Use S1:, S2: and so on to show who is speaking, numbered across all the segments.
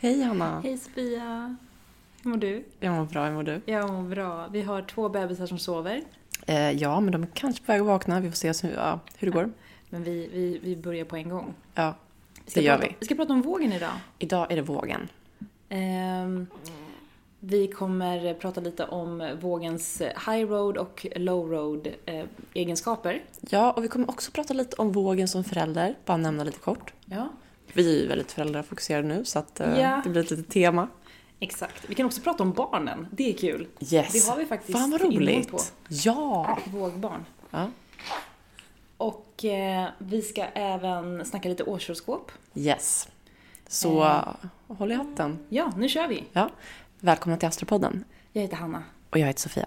S1: Hej Hanna!
S2: Hej Sofia! Hur mår du?
S1: Jag mår bra, hur mår du?
S2: Jag mår bra. Vi har två bebisar som sover.
S1: Eh, ja, men de är kanske på väg att vakna. Vi får se hur, ja, hur det går.
S2: Men vi, vi, vi börjar på en gång.
S1: Ja,
S2: Vi
S1: det gör
S2: prata,
S1: vi.
S2: Vi ska prata om vågen idag.
S1: Idag är det vågen.
S2: Ehm, vi kommer prata lite om vågens high road och low road eh, egenskaper.
S1: Ja, och vi kommer också prata lite om vågen som förälder. Bara nämna lite kort.
S2: Ja,
S1: Vi är ju väldigt föräldrafokuserade nu, så att, eh,
S2: Ja.
S1: det blir ett litet tema.
S2: exakt. Vi kan också prata om barnen. Det är kul.
S1: Yes!
S2: Det har vi faktiskt
S1: Fan vad
S2: innehåll
S1: roligt!
S2: på.
S1: Ja!
S2: Vågbarn.
S1: ja!
S2: Och eh, vi ska även snacka lite årshoroskop.
S1: Yes! Så
S2: Eh.
S1: eh, håll i hatten.
S2: Ja, nu kör vi!
S1: Ja. Välkomna till Astropodden.
S2: Jag heter Hanna.
S1: Och jag heter Sofia.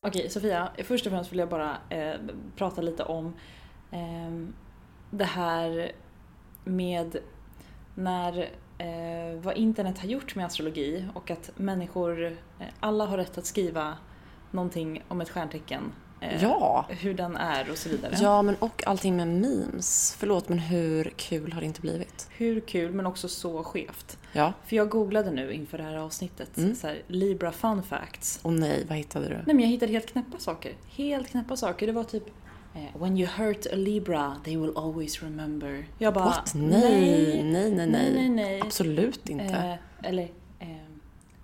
S2: Okej Sofia, först och främst vill jag bara eh, prata lite om ehm, det här med när, eh, vad internet har gjort med astrologi och att människor, eh, alla har rätt att skriva någonting om ett stjärntecken. eh,
S1: Ja!
S2: Hur den är och så vidare.
S1: Ja, men och allting med memes. Förlåt, men hur kul har det inte blivit?
S2: Hur kul men också så skevt.
S1: Ja.
S2: För jag googlade nu inför det här avsnittet,
S1: Mm.
S2: så här, Libra fun facts.
S1: Och nej, vad hittade du?
S2: Nej men jag hittade helt knäppa saker. Helt knäppa saker. Det var typ eh, When you hurt a Libra, they will always remember. Jag bara...
S1: What? Nej, nej, nej, nej.
S2: nej, nej.
S1: Absolut inte.
S2: Eh, eller... ehm,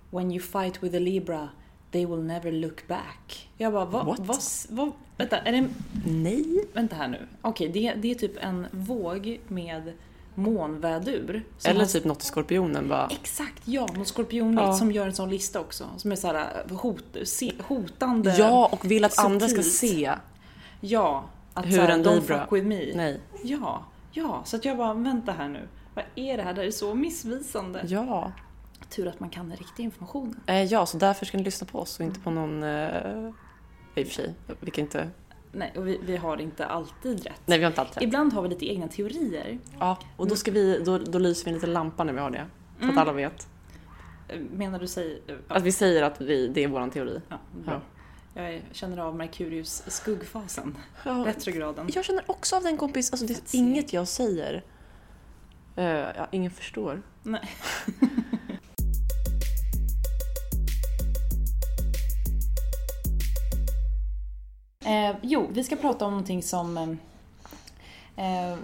S2: when you fight with a Libra, they will never look back. Jag bara, vad...
S1: What?
S2: vad, s- vad vänta, är det,
S1: nej.
S2: vänta här nu. Okej, det, det är typ en våg med månvädur. som
S1: Eller
S2: har-
S1: typ något i skorpionen bara.
S2: Exakt, ja. Någon skorpionligt
S1: Ja.
S2: som gör en sån lista också. Som är så här eh, hot, se, hotande.
S1: Ja, och vill att andra ska
S2: subtilt.
S1: se.
S2: Ja. Att
S1: Hur
S2: så här,
S1: en
S2: don't
S1: Libra-
S2: fuck with me.
S1: Nej.
S2: Ja, ja. Så att jag bara, vänta här nu. Vad är det här? Det här är så missvisande.
S1: Ja.
S2: Tur att man kan den riktiga informationen.
S1: Eh, ja, så därför ska ni lyssna på oss och inte på någon... Eh, I och för sig, vi kan inte...
S2: Nej, och vi, vi har inte alltid rätt.
S1: Nej, vi har inte allt rätt.
S2: Ibland har vi lite egna teorier.
S1: Ja, och då, ska vi, då, då lyser vi en liten lampa när vi har det. Så att alla vet.
S2: Eh, Menar du sig... eh, Ja,
S1: Att vi säger att vi, det är vår teori.
S2: ja, bra. Jag är- känner av Merkurius skuggfasen.
S1: Ja.
S2: Retrograden.
S1: Jag känner också av den kompis, alltså det är inget jag säger. Eh, ja, ingen förstår.
S2: Nej. eh, jo, vi ska prata om någonting som... Eh, eh,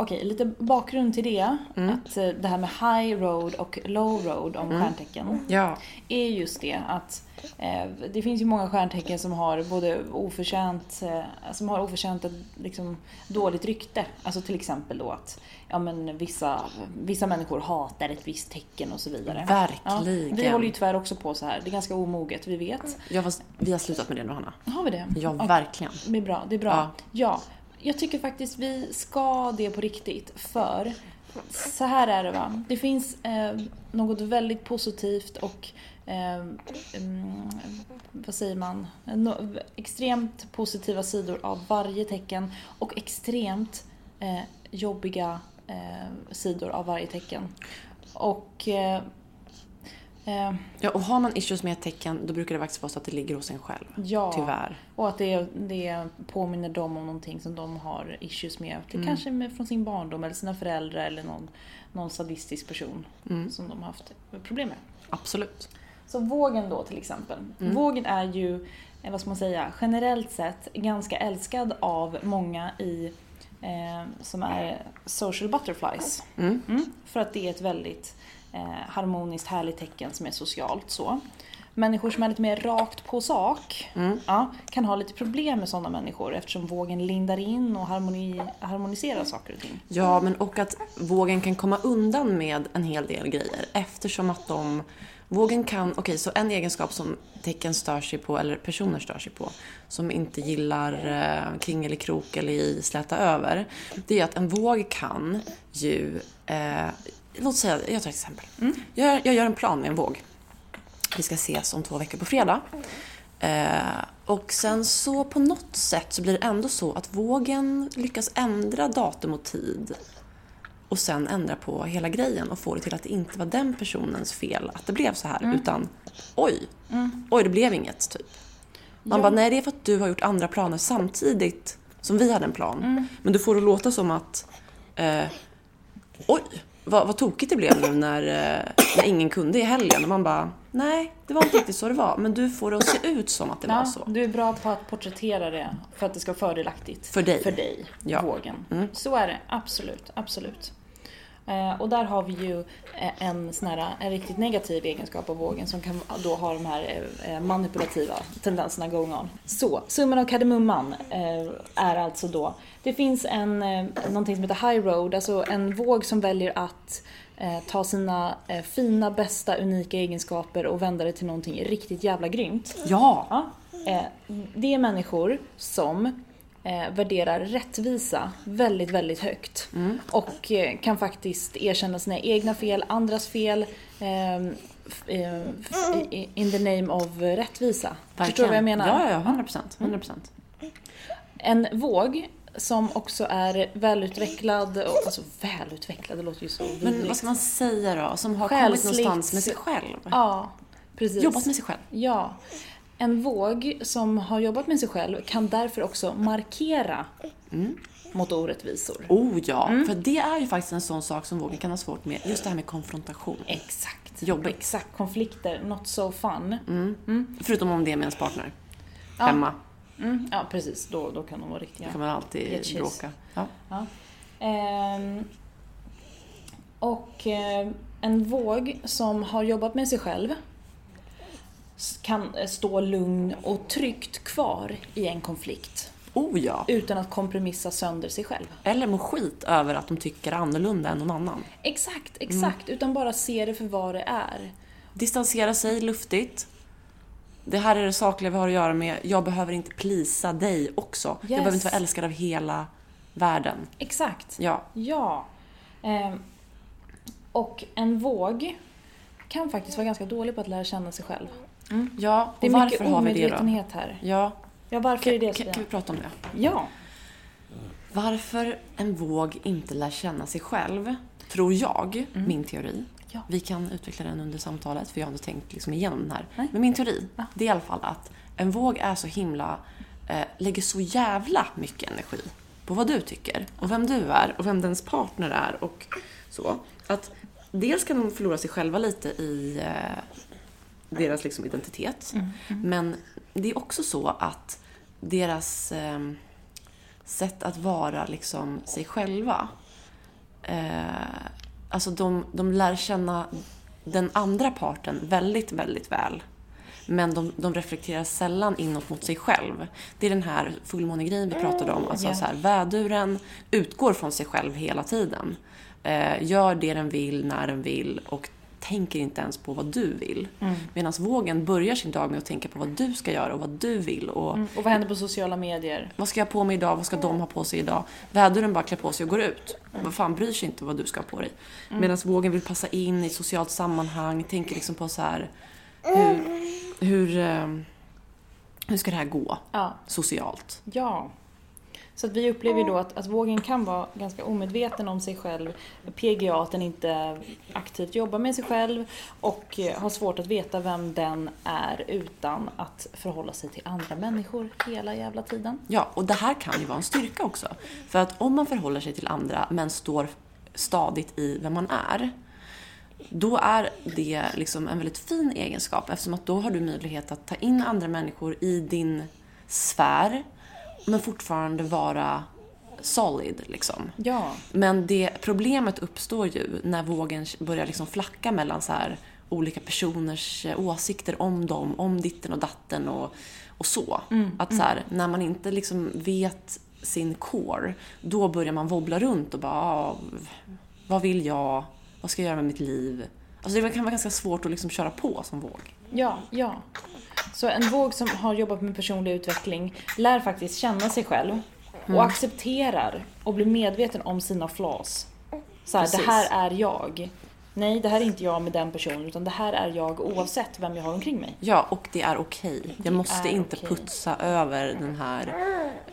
S2: Okej, lite bakgrund till det.
S1: Mm.
S2: Att eh, det här med high road och low road om stjärntecken
S1: Ja.
S2: är just det att eh, det finns ju många stjärntecken som har både oförtjänt, eh, som har oförtjänt ett liksom, dåligt rykte. Alltså till exempel då att ja, men vissa, vissa människor hatar ett visst tecken och så vidare.
S1: Verkligen.
S2: Ja, vi håller ju tyvärr också på så här. Det är ganska omoget, vi vet.
S1: Ja, fast vi har slutat med det nu Hanna.
S2: Har vi det?
S1: Ja, verkligen.
S2: Det är bra, det är bra.
S1: Ja.
S2: Ja. Jag tycker faktiskt vi ska det på riktigt för så här är det va. Det finns eh, något väldigt positivt och eh, mm, vad säger man, no, extremt positiva sidor av varje tecken och extremt eh, jobbiga eh, sidor av varje tecken. Och eh, eh,
S1: Ja, och har man issues med ett tecken då brukar det faktiskt vara så att det ligger hos en själv.
S2: Ja.
S1: Tyvärr.
S2: Och att det, det påminner dem om någonting som de har issues med. Det Kanske med, från sin barndom eller sina föräldrar eller någon, någon sadistisk person som de har haft problem med.
S1: Absolut.
S2: Så vågen då till exempel. Vågen är ju, eh, vad ska man säga, generellt sett ganska älskad av många i eh, som är social butterflies. Mm, för att det är ett väldigt eh, harmoniskt härligt tecken som är socialt så. Människor som är lite mer rakt på sak ja, kan ha lite problem med sådana människor eftersom vågen lindar in och harmoni, harmoniserar saker och ting.
S1: Ja, men och att vågen kan komma undan med en hel del grejer eftersom att de... Vågen kan... Okej, så en egenskap som tecken stör sig på, eller personer stör sig på, som inte gillar eh, kringelikrok eller i släta över, det är att en våg kan ju... Eh, låt säga, jag tar ett exempel. Jag, jag gör en plan med en våg. Vi ska ses om två veckor på fredag. Eh, och sen så på något sätt så blir det ändå så att vågen lyckas ändra datum och tid och sen ändra på hela grejen och få det till att det inte var den personens fel att det blev så
S2: Mm.
S1: här utan oj, oj det blev inget typ. Man
S2: Ja.
S1: bara nej det är för att du har gjort andra planer samtidigt som vi hade en plan.
S2: Mm.
S1: Men du får det låta som att eh, oj, vad, vad tokigt det blev nu när, eh, när ingen kunde i helgen. Och man bara, nej, det var inte riktigt så det var. Men du får det att se ut som att det var
S2: Ja,
S1: så.
S2: Du är bra på att porträttera det för att det ska vara fördelaktigt.
S1: För dig.
S2: För dig,
S1: Ja. Mm.
S2: vågen. Så är det, absolut, absolut. Eh, och där har vi ju eh, en, sån här, en riktigt negativ egenskap av vågen som kan då ha de här eh, manipulativa tendenserna going on. Så, summan av kardemumman eh, är alltså då, det finns en, eh, någonting som heter high road, alltså en våg som väljer att eh, ta sina eh, fina, bästa, unika egenskaper och vända det till någonting riktigt jävla grymt.
S1: Ja,
S2: Ja. Eh, det är människor som eh, värderar rättvisa väldigt, väldigt högt.
S1: Mm.
S2: Och eh, kan faktiskt erkänna sina egna fel, andras fel. ehm, f- eh, f- i- in the name of rättvisa. Förstår du vad jag menar?
S1: Ja, ja, 100 procent. 100 procent.
S2: En våg som också är välutvecklad, och- alltså välutvecklad, det låter ju så
S1: Men vad ska man säga då? Som har kommit
S2: Själsligt.
S1: någonstans med sig själv.
S2: Ja, precis.
S1: Jobbat med sig själv.
S2: Ja. En våg som har jobbat med sig själv kan därför också markera mot orättvisor.
S1: Oh ja,
S2: Mm.
S1: för det är ju faktiskt en sån sak som vågen kan ha svårt med. Just det här med konfrontation.
S2: Exakt.
S1: Jobbigt.
S2: Exakt. Konflikter, not so fun.
S1: Förutom om det är med ens partner. Hemma
S2: Mm, Ja, precis. Då, då kan de vara riktiga.
S1: kan man alltid
S2: Get cheese.
S1: bråka. Ja.
S2: Ja. Ehm, och eh, en våg som har jobbat med sig själv s- kan eh, stå lugn och tryggt kvar i en konflikt
S1: Oh ja.
S2: utan att kompromissa sönder sig själv.
S1: Eller må skit över att de tycker annorlunda än någon annan.
S2: Exakt, exakt. Utan bara se det för vad det är.
S1: Distansera sig luftigt. Det här är det sakliga vi har att göra med. Jag behöver inte plisa dig också. Jag behöver inte vara älskad av hela världen.
S2: Exakt.
S1: Ja.
S2: Ja. Ehm, och en våg kan faktiskt vara ganska dålig på att lära känna sig själv.
S1: Ja, och
S2: Det är
S1: varför
S2: mycket
S1: har vi det då?
S2: omedvetenhet här.
S1: Ja,
S2: Ja, varför är det
S1: kan, kan
S2: Sofia?
S1: vi prata om det?
S2: Ja.
S1: Varför en våg inte lär känna sig själv, tror jag, min teori.
S2: Ja.
S1: Vi kan utveckla den under samtalet för jag har inte tänkt liksom igenom den här. Men min teori, det är i alla fall att en våg är så himla, eh, lägger så jävla mycket energi på vad du tycker och vem du är och vem dens partner är och så. Att dels kan de förlora sig själva lite i eh, deras liksom identitet. Men det är också så att deras ehm, sätt att vara liksom sig själva. Eh, alltså de, de lär känna den andra parten väldigt, väldigt väl. Men de, de reflekterar sällan inåt mot sig själv. Det är den här fullmånegrejen vi pratade om. Alltså
S2: Ja.
S1: så här, väduren utgår från sig själv hela tiden. Eh, gör det den vill, när den vill och tänker inte ens på vad du vill. Medan vågen börjar sin dag med att tänka på vad du ska göra och vad du vill. Och
S2: Och vad händer på sociala medier?
S1: vad ska jag på mig idag? Vad ska de ha på sig idag? Väduren bara klär på sig och går ut. Vad fan bryr sig inte vad du ska ha på dig? Medan vågen vill passa in i ett socialt sammanhang, tänker liksom på så här Hur, hur, eh, hur ska det här gå
S2: Ja.
S1: socialt?
S2: Ja. Så att vi upplever ju då att, att vågen kan vara ganska omedveten om sig själv, PGA, att den inte aktivt jobbar med sig själv och eh, har svårt att veta vem den är utan att förhålla sig till andra människor hela jävla tiden.
S1: Ja, och det här kan ju vara en styrka också. För att om man förhåller sig till andra men står stadigt i vem man är, då är det liksom en väldigt fin egenskap eftersom att då har du möjlighet att ta in andra människor i din sfär men fortfarande vara solid liksom.
S2: Ja,
S1: Men det problemet uppstår ju när vågen börjar liksom flacka mellan så här olika personers eh, åsikter om dem, om ditten och datten och, och så. att så här, när man inte liksom vet sin core, då börjar man wobbla runt och bara ah, v- vad vill jag? Vad ska jag göra med mitt liv? Alltså det kan vara ganska svårt att liksom köra på som våg.
S2: ja, ja. Så en våg som har jobbat med personlig utveckling lär faktiskt känna sig själv och accepterar och blir medveten om sina flaws. Så här, det
S1: Precis.
S2: här är jag. Nej, det här är inte jag med den personen utan det här är jag oavsett vem jag har omkring mig.
S1: Ja, och det är okej. Jag måste
S2: är
S1: inte
S2: okej.
S1: putsa över den här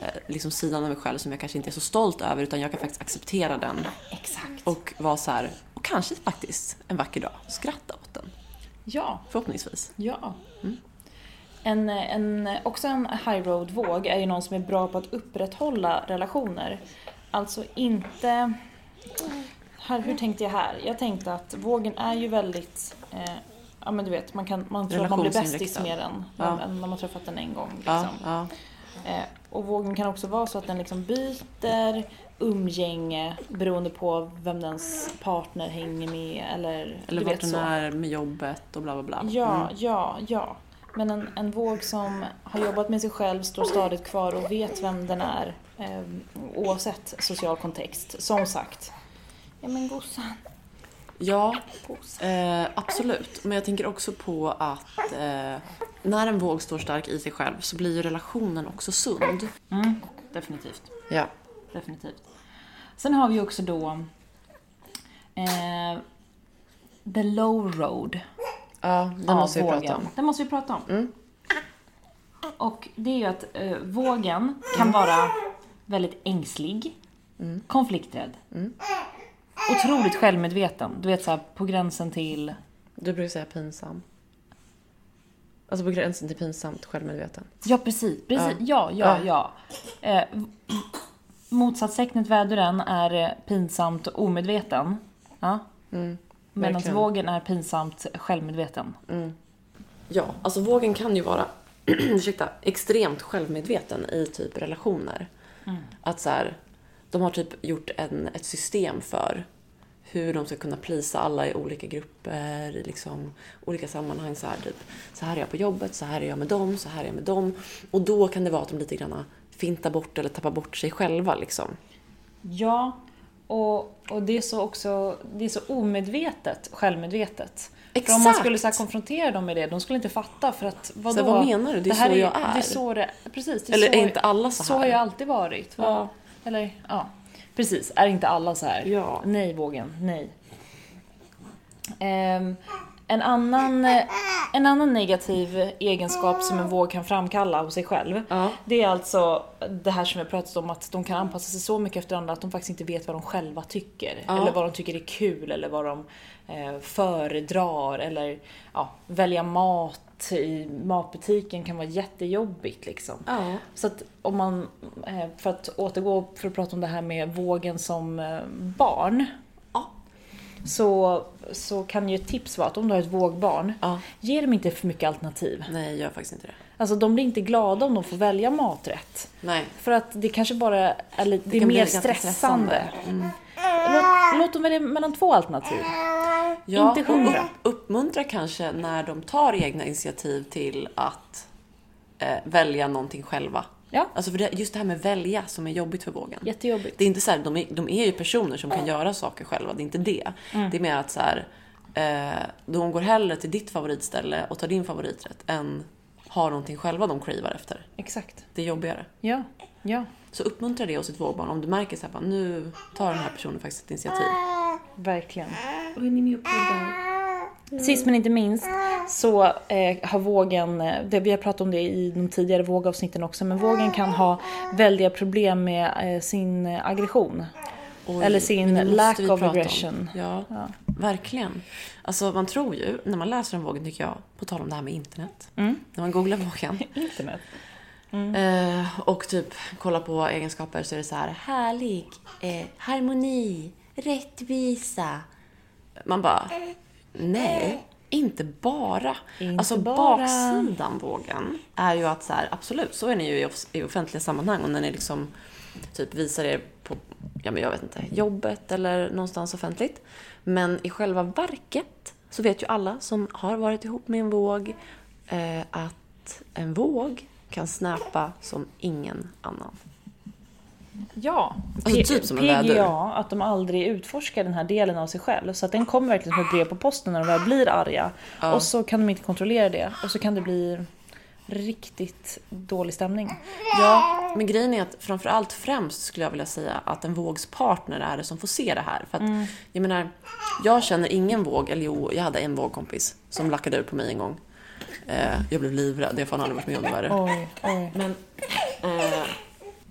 S1: eh, liksom sidan av mig själv som jag kanske inte är så stolt över utan jag kan faktiskt acceptera den
S2: Exakt.
S1: Och var så här, och kanske faktiskt en vacker dag skratta åt den.
S2: Ja,
S1: Förhoppningsvis.
S2: ja.
S1: Mm.
S2: En, en, också en high road-våg är ju någon som är bra på att upprätthålla relationer. Alltså inte... Här, hur tänkte jag här? Jag tänkte att vågen är ju väldigt... Eh, ja men du vet, man, kan, man tror att man blir bästis
S1: Relationsinriktad.
S2: med den
S1: Ja.
S2: än när man träffat den en gång. Liksom.
S1: Ja, ja.
S2: Eh, och vågen kan också vara så att den liksom byter umgänge beroende på vem dens partner hänger med eller,
S1: Eller
S2: du
S1: vart
S2: vet
S1: den
S2: så.
S1: är med jobbet och bla bla bla.
S2: Ja,
S1: Mm.
S2: ja, ja. Men en, en våg som har jobbat med sig själv, står stadigt kvar och vet vem den är eh, oavsett social kontext. Som sagt. Ja men gossan,
S1: Ja,
S2: gossan.
S1: eh, absolut. Men jag tänker också på att eh, när en våg står stark i sig själv så blir ju relationen också sund.
S2: Definitivt.
S1: Ja.
S2: definitivt. Sen har vi också då eh, The Low Road
S1: Ja, den måste vi
S2: vågen.
S1: prata om. Mm.
S2: Den måste vi prata om. Och det är ju att eh, vågen kan vara väldigt ängslig,
S1: Mm.
S2: konflikträdd, otroligt självmedveten. Du vet såhär på gränsen till...
S1: Du brukar säga pinsam. Alltså på gränsen till pinsamt självmedveten.
S2: Ja precis, precis. Ja, ja, ja. Eh, v- motsatstecknet väduren är eh, pinsamt och omedveten. Ja. Medan
S1: Mm, verkligen.
S2: vågen är pinsamt självmedveten.
S1: Ja, alltså vågen kan ju vara ursäkta, extremt självmedveten i typ relationer. Att så här, de har typ gjort en, ett system för hur de ska kunna plisa alla i olika grupper, i liksom, olika sammanhang. Så här, typ, så här är jag på jobbet, så här är jag med dem, så här är jag med dem. Och då kan det vara att de lite grann fintar bort eller tappar bort sig själva. Liksom.
S2: Ja, och, och det är så också det är så omedvetet självmedvetet. För om man
S1: Exakt.
S2: skulle så här konfrontera dem med det, de skulle inte fatta för att vadå?
S1: Så här, vad menar du? Det är så jag är.
S2: Det är så det, precis, det
S1: Eller
S2: så,
S1: är inte alla så
S2: Så
S1: här?
S2: har jag alltid varit. Va?
S1: Ja.
S2: Eller, ja. Precis, är inte alla så här?
S1: Ja.
S2: Nej vågen, nej. Ehm, en, annan, eh, en annan negativ egenskap som en våg kan framkalla hos sig själv.
S1: Ja.
S2: Det är alltså det här som vi har pratat om att de kan anpassa sig så mycket efter andra att de faktiskt inte vet vad de själva tycker.
S1: Ja.
S2: Eller vad de tycker är kul eller vad de eh, föredrar eller ja, välja mat i matbutiken kan vara jättejobbigt liksom.
S1: Ja.
S2: Så att om man, eh, för att återgå för att prata om det här med vågen som eh, barn.
S1: Ja.
S2: Så, så kan ju ett tips vara att om du har ett vågbarn,
S1: Ja.
S2: ge dem inte för mycket alternativ.
S1: Nej, jag gör faktiskt inte det.
S2: Alltså de blir inte glada om de får välja maträtt.
S1: Nej.
S2: För att det kanske bara är, lite, det är
S1: kan bli
S2: mer
S1: ganska Mm.
S2: stressande. Låt, låt dem välja mellan två alternativ.
S1: Ja,
S2: Inte
S1: och
S2: hundra.
S1: upp- Uppmuntra kanske när de tar egna initiativ till att eh, välja någonting själva.
S2: Ja.
S1: Alltså för det, just det här med välja som är jobbigt för vågen.
S2: Jättejobbigt.
S1: Det är inte så här, de, är, de är ju personer som kan göra saker själva, det är inte det.
S2: Mm.
S1: Det är mer att så här, eh, de går hellre till ditt favoritställe och tar din favoriträtt än har någonting själva de cravar efter.
S2: Exakt.
S1: Det är jobbigare.
S2: Ja. Ja.
S1: Så uppmuntra det hos ett vågbarn om du märker så här, bara, nu tar den här personen faktiskt ett initiativ.
S2: Verkligen.
S1: Och är ni med och poddar?
S2: Sist men inte minst så eh, har vågen, eh, det, vi har pratat om det i de tidigare vågavsnitten också, men vågen kan ha väldiga problem med eh, sin aggression.
S1: Oj,
S2: Eller sin
S1: men det måste
S2: lack
S1: vi
S2: of
S1: prata om.
S2: aggression.
S1: Ja, verkligen. Alltså man tror ju, när man läser om vågen tycker jag, på tal om det här med internet.
S2: Mm.
S1: När man googlar vågen
S2: Internet. Mm.
S1: eh, och typ kollar på egenskaper så är det så här härlig, eh, harmoni, rättvisa. Man bara,
S2: Eh,
S1: nej. Inte bara.
S2: Inte
S1: alltså
S2: bara.
S1: baksidan vågen är ju att så här, absolut, så är ni ju i off- i offentliga sammanhang och när ni liksom typ visar er på, ja men jag vet inte, jobbet eller någonstans offentligt. Men i själva verket så vet ju alla som har varit ihop med en våg eh, att en våg kan snäpa som ingen annan.
S2: Ja,
S1: Alltså typ som en
S2: PGA,
S1: vädur.
S2: att de aldrig utforskar den här delen av sig själv. Så att den kommer verkligen som ett brev på posten när de väl blir arga. Och så kan de inte kontrollera det. Och så kan det bli riktigt dålig stämning.
S1: Ja, men grejen är att framförallt främst skulle jag vilja säga att en vågs partner är det som får se det här. För att, jag menar, jag känner ingen våg, eller jo, jag hade en vågkompis som lackade ur på mig en gång. Eh, jag blev livrädd, det har jag fan aldrig varit med om något värre.
S2: Oj, oj.
S1: Men, eh,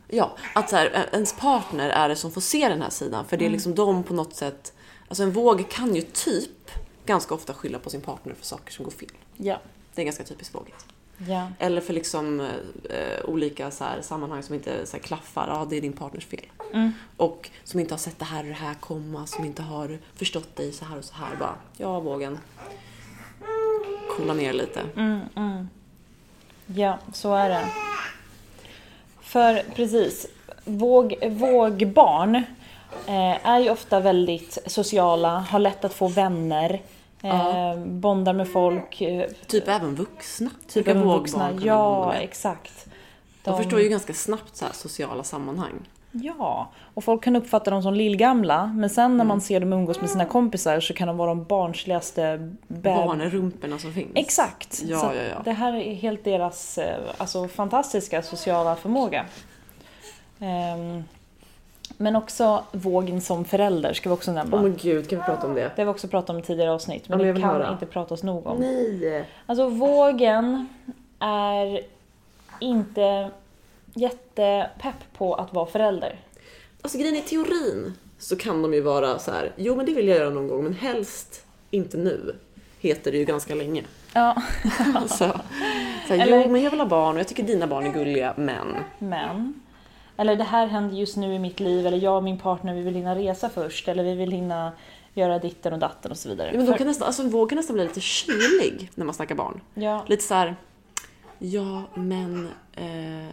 S1: ja, att så här, eh, ens partner är det som får se den här sidan. För det är liksom de på något sätt... Alltså en våg kan ju typ ganska ofta skylla på sin partner för saker som går fel.
S2: Ja,
S1: Det är ganska typiskt vågigt.
S2: ja.
S1: Eller för liksom eh, olika så här, sammanhang som inte så här, klaffar. Ja, det är din partners fel.
S2: Mm.
S1: Och som inte har sett det här och det här komma. Som inte har förstått dig så här och så här. Bara, ja vågen. Coola ner lite.
S2: Mm. Ja, så är det. För precis, våg, vågbarn eh, är ju ofta väldigt sociala, har lätt att få vänner, eh, bondar med folk, eh,
S1: Typ även vuxna.
S2: typ
S1: Vilka
S2: även
S1: vågbarn
S2: vuxna.
S1: kan man bonda
S2: Ja,
S1: med?
S2: exakt.
S1: De förstår ju ganska snabbt så här sociala sammanhang.
S2: Ja, och folk kan uppfatta dem som lillgamla, men sen när
S1: Mm.
S2: man ser dem umgås med sina kompisar så kan de vara de barnsligaste bä-
S1: Barnrumporna som finns.
S2: Exakt!
S1: Ja,
S2: så att
S1: ja, ja.
S2: Det här är helt deras eh, alltså, fantastiska sociala förmåga. Ehm, men också vågen som förälder ska vi också nämna.
S1: Åh men gud, kan vi prata om det?
S2: Det har vi också pratat om i tidigare avsnitt,
S1: Oh Ja,
S2: men
S1: men jag
S2: det
S1: vill
S2: kan
S1: höra.
S2: inte pratas nog om.
S1: Nej!
S2: Alltså vågen är inte jättepepp på att vara förälder.
S1: Alltså grejen i teorin så kan de ju vara så här. jo men det vill jag göra någon gång men helst inte nu. Heter det ju ganska länge.
S2: Ja,
S1: Alltså, så här,
S2: Eller-
S1: Jo men jag vill ha barn och jag tycker dina barn är gulliga men.
S2: men. Eller det här händer just nu i mitt liv, eller jag och min partner vi vill hinna resa först, eller vi vill hinna göra ditten och datten och så vidare.
S1: Ja, men de kan nästan, alltså en våg kan nästan bli lite kylig när man snackar barn.
S2: Ja.
S1: Lite så här. ja men eh,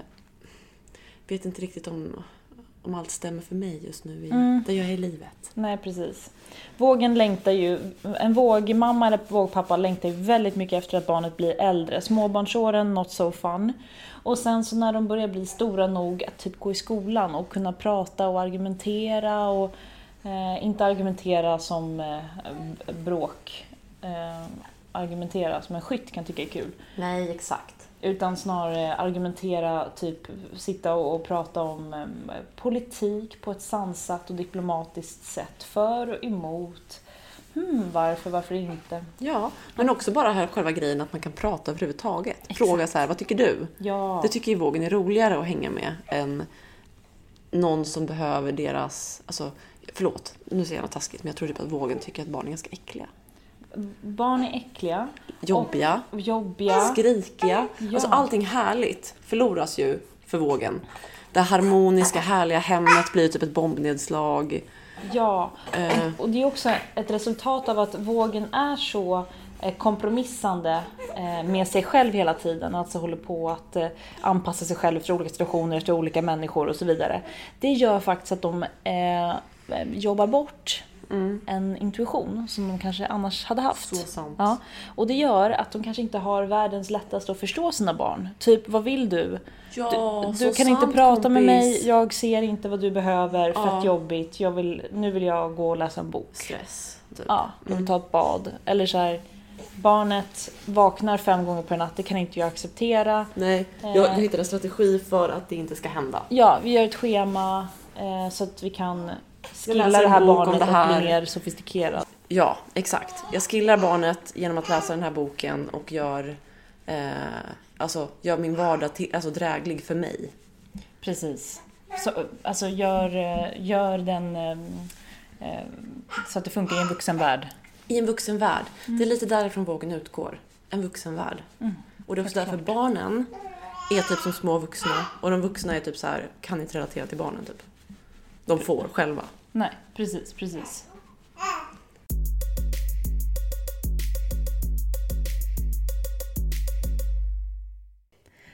S1: vet inte riktigt om, om allt stämmer för mig just nu i, där jag är i livet.
S2: Nej, precis. Vågen längtar ju, en vågmamma eller vågpappa längtar ju väldigt mycket efter att barnet blir äldre. Småbarnsåren, not so fun. Och sen så när de börjar bli stora nog att typ gå i skolan och kunna prata och argumentera och eh, inte argumentera som eh, b- bråk. Eh, argumentera som en skytt kan tycka är kul.
S1: Nej exakt.
S2: Utan snarare argumentera, typ sitta och, och prata om em, politik på ett sansat och diplomatiskt sätt. För och emot. Hmm, varför, varför inte?
S1: Ja, men också bara här själva grejen att man kan prata överhuvudtaget. Fråga så här, vad tycker du?
S2: Ja.
S1: Det tycker ju vågen är roligare att hänga med än någon som behöver deras... Alltså, förlåt, nu säger jag något taskigt, men jag tror typ att vågen tycker att barn är ganska äckliga.
S2: Barn är äckliga.
S1: Jobbiga,
S2: Och jobbiga.
S1: skrikiga. Alltså allting härligt förloras ju för vågen. Det harmoniska, härliga hemmet blir typ ett bombnedslag.
S2: Ja. Och det är också ett resultat av att vågen är så eh, kompromissande eh, med sig själv hela tiden, alltså håller på att eh, anpassa sig själv efter olika situationer, efter olika människor och så vidare. Det gör faktiskt att de eh, jobbar bort en intuition som de kanske annars hade haft.
S1: Mm. Så sant.
S2: Ja. Och det gör att de kanske inte har världens lättaste att förstå sina barn. Typ, vad vill du?
S1: Ja,
S2: du
S1: så
S2: du kan inte
S1: sant,
S2: prata med mig,
S1: kompis.
S2: jag ser inte vad du behöver, fett
S1: Ja.
S2: jobbigt, jag vill, nu vill jag gå och läsa en bok.
S1: Stress, typ.
S2: Ja, jag vill ta ett bad. Eller så här, barnet vaknar fem gånger per natt, det kan inte jag acceptera.
S1: Nej, jag,
S2: Eh.
S1: jag hittar en strategi för att det inte ska hända.
S2: Ja, vi gör ett schema eh, så att vi kan skilla
S1: läser
S2: det
S1: en
S2: här
S1: bok om
S2: barnet
S1: det
S2: att
S1: här.
S2: bli mer sofistikerat.
S3: Ja, exakt. Jag skillar barnet genom att läsa den här boken och gör, eh, alltså, gör min vardag till, alltså, dräglig för mig.
S2: Precis. Så, alltså gör, eh, gör den eh, eh, så att det funkar i en vuxenvärld.
S3: I en vuxen värld.
S1: Mm.
S3: Det är lite därifrån boken utgår. En vuxen värld. Och det är också därför barnen är typ som små vuxna och de vuxna är typ så här, kan inte relatera till barnen typ. De får själva.
S2: Nej, precis, precis.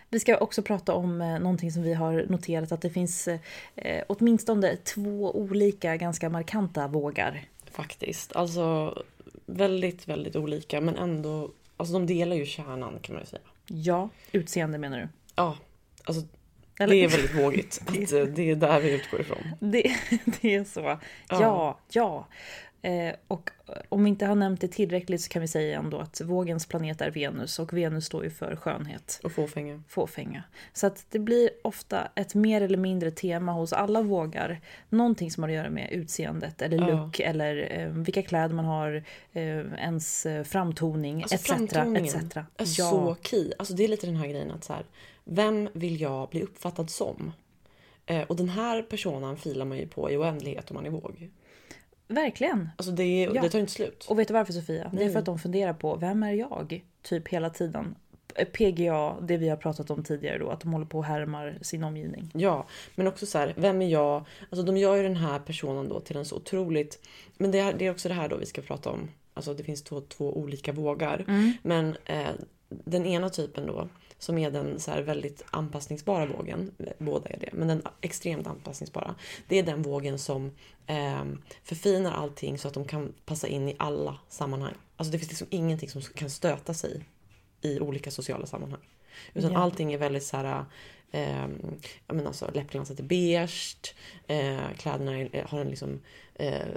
S2: Vi ska också prata om eh, någonting som vi har noterat att det finns eh, åtminstone två olika ganska markanta vågar.
S1: Faktiskt. Alltså väldigt, väldigt olika men ändå, alltså de delar ju kärnan kan man ju säga.
S2: Ja, utseende menar du?
S1: Ja, alltså
S2: Eller-
S1: det är väldigt vågigt att eh, det är där vi utgår ifrån.
S2: Det, det är så. Ja, ja. Eh, och om vi inte har nämnt det tillräckligt så kan vi säga ändå att vågens planet är Venus och Venus står ju för skönhet,
S1: Och fåfänga.
S2: fåfänga. Så att det blir ofta ett mer eller mindre tema hos alla vågar. Någonting som har att göra med utseendet eller look eller eh, vilka kläder man har, eh, ens eh, framtoning
S1: Alltså
S2: etc.
S1: framtoningen
S2: etc.
S1: är så key. Alltså det är lite den här grejen att så här, vem vill jag bli uppfattad som? Eh, och den här personen filar man ju på i oändlighet om man är våg.
S2: Verkligen.
S1: Alltså det, är,
S2: Ja.
S1: det tar inte slut.
S2: Och vet du varför Sofia? Det är för att de funderar på vem är jag? Typ hela tiden. P- PGA, det vi har pratat om tidigare då, att de håller på och härmar sin omgivning.
S1: Ja, men också så här, vem är jag? Alltså de gör ju den här personen då till en så otroligt... Men det är, det är också det här då vi ska prata om. Alltså det finns två, två olika vågar. Men eh, den ena typen då, som är den så här väldigt anpassningsbara vågen, eh, båda är det, men den extremt anpassningsbara. Det är den vågen som eh, förfinar allting så att de kan passa in i alla sammanhang. Alltså det finns liksom ingenting som kan stöta sig i olika sociala sammanhang. Utan
S2: Ja.
S1: allting är väldigt så här... Eh, jag menar alltså, läppglanset är beige, eh, kläderna är, har en liksom, eh,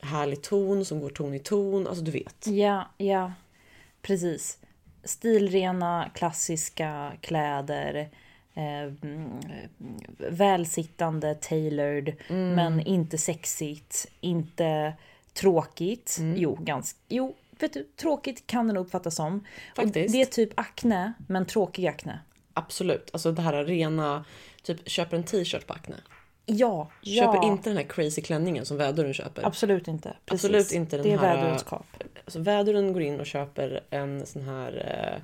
S1: härlig ton som går ton i ton. Alltså du vet.
S2: Ja, ja. Precis. Stilrena, klassiska kläder. Eh, mm, välsittande, tailored,
S1: Mm.
S2: men inte sexigt, inte tråkigt.
S1: Mm.
S2: Jo, ganska, jo, vet du, tråkigt kan den uppfattas som. Och
S1: Faktiskt.
S2: Det är typ akne, men tråkig akne.
S1: Absolut. Alltså det här rena, typ köper en t-shirt på Acne.
S2: Ja,
S1: Köper
S2: ja.
S1: inte den här crazy klänningen som väduren köper.
S2: Absolut inte. Precis.
S1: Absolut inte den
S2: det är
S1: här-
S2: väderunskap.
S1: Alltså väduren går in och köper en sån här, eh,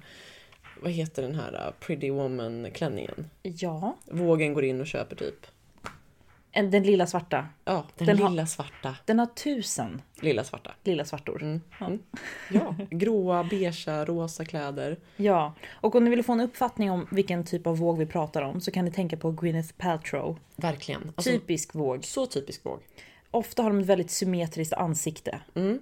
S1: vad heter den här eh, pretty woman klänningen?
S2: Ja.
S1: Vågen går in och köper typ,
S2: En- Den lilla svarta.
S1: ja den,
S2: Den har-
S1: lilla svarta,
S2: Den har tusen
S1: lilla svarta.
S2: lilla svartor.
S1: Ja, Mm. gråa, beigea, rosa kläder.
S2: Ja. Och om ni vill få en uppfattning om vilken typ av våg vi pratar om så kan ni tänka på Gwyneth Paltrow.
S1: Verkligen. Alltså,
S2: Typisk våg.
S1: Så typisk våg.
S2: Ofta har de ett väldigt symmetriskt ansikte. Mm.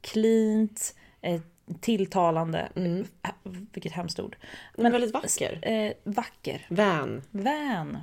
S2: Cleant, eh, tilltalande. Eh, Vilket hemskt ord.
S1: Mm. Men väldigt vacker.
S2: Eh, vacker.
S1: Vän.
S2: Vän.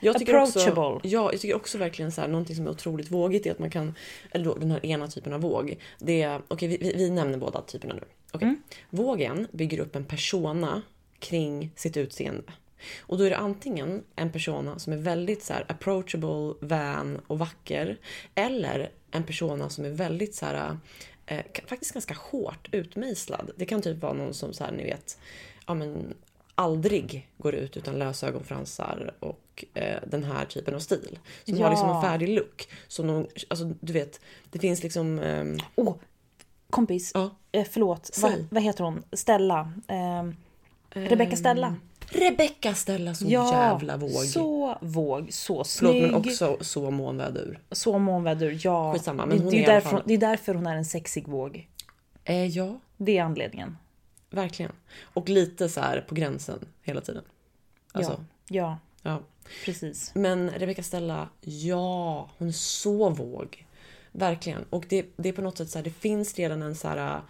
S1: Jag tycker också,
S2: Approachable.
S1: ja, jag tycker också verkligen så här, någonting som är otroligt vågigt är att man kan, eller då, den här ena typen av våg. Det är, okej vi, vi, vi nämner båda typerna nu. Okej. Vågen bygger upp en persona kring sitt utseende. Och då är det antingen en persona som är väldigt så här approachable, vän och vacker. Eller en persona som är väldigt så här, eh, ka- faktiskt ganska hårt utmejslad. Det kan typ vara någon som så här, ni vet, ja men aldrig går ut utan lösögonfransar och eh, den här typen av stil. Som
S2: Ja.
S1: har liksom en färdig look. Som någon, alltså du vet, det finns liksom... ehm,
S2: Åh! kompis.
S1: Ja.
S2: Eh, förlåt. Va,
S1: Säg.
S2: vad heter hon? Stella. Ehm, Rebecca Stella.
S1: Rebecca Stella så Mm. jävla våg.
S2: Så våg, så
S1: Förlåt
S2: snygg.
S1: men också så månvädur.
S2: Så månväder, ja.
S1: Skitsamma, men
S2: det,
S1: hon
S2: det, är
S1: är i alla
S2: därför,
S1: fall-
S2: det är därför hon är en sexig våg.
S1: Eh, ja,
S2: Det är anledningen.
S1: verkligen. Och lite så här på gränsen hela tiden. Alltså,
S2: Ja, ja,
S1: ja.
S2: precis.
S1: Men Rebecca Stella, ja, hon är så våg. Verkligen. Och det, det är på något sätt så här, det finns redan en så här...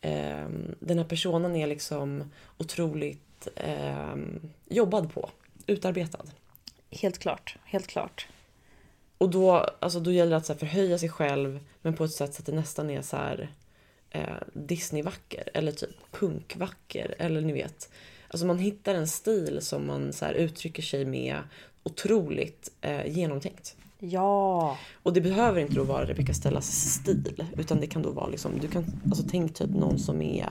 S1: ehm, den här personen är liksom otroligt ehm, jobbad på. Utarbetad.
S2: Helt klart, helt klart.
S1: Och då, alltså, då gäller det att så här, förhöja sig själv men på ett sätt så att det nästan är så här eh, Disney-vacker eller typ punkvacker eller ni vet. Alltså man hittar en stil som man så här uttrycker sig med otroligt eh, genomtänkt.
S2: Ja!
S1: Och det behöver inte då vara Rebecca Stellas stil. Utan det kan då vara liksom, du kan, alltså tänk typ någon som är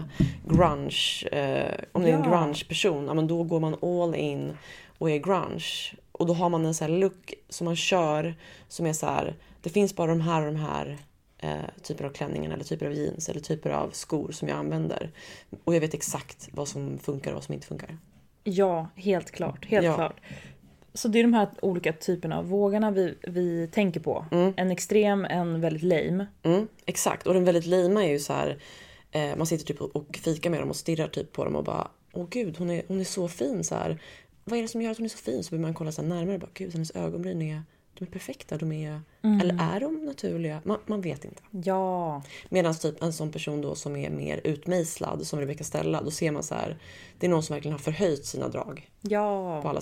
S1: grunge. Eh, om det är en
S2: Ja.
S1: grunge-person, ja men då går man all in och är grunge. Och då har man en sån här look som man kör som är så här, det finns bara de här och de här eh, typer av klänningar eller typer av jeans eller typer av skor som jag använder. Och jag vet exakt vad som funkar och vad som inte funkar.
S2: Ja, helt klart. Helt
S1: Ja.
S2: klart. Så det är de här olika typerna av vågarna vi, vi tänker på. En extrem, en väldigt lame.
S1: Mm, exakt, och den väldigt lima är ju så här. Eh, man sitter typ och- och fikar med dem och stirrar typ på dem och bara Åh gud, hon är, hon är så fin så här. Vad är det som gör att hon är så fin? Så börjar man kolla så här närmare och bara gud, hennes ögonbryn är, de är perfekta. De är,
S2: Mm.
S1: Eller är de naturliga? Man, man vet inte.
S2: Ja.
S1: Medan typ en sån person då som är mer utmejslad, som Rebecca Stella, då ser man så här. Det är någon som verkligen har förhöjt sina drag
S2: Ja.
S1: på alla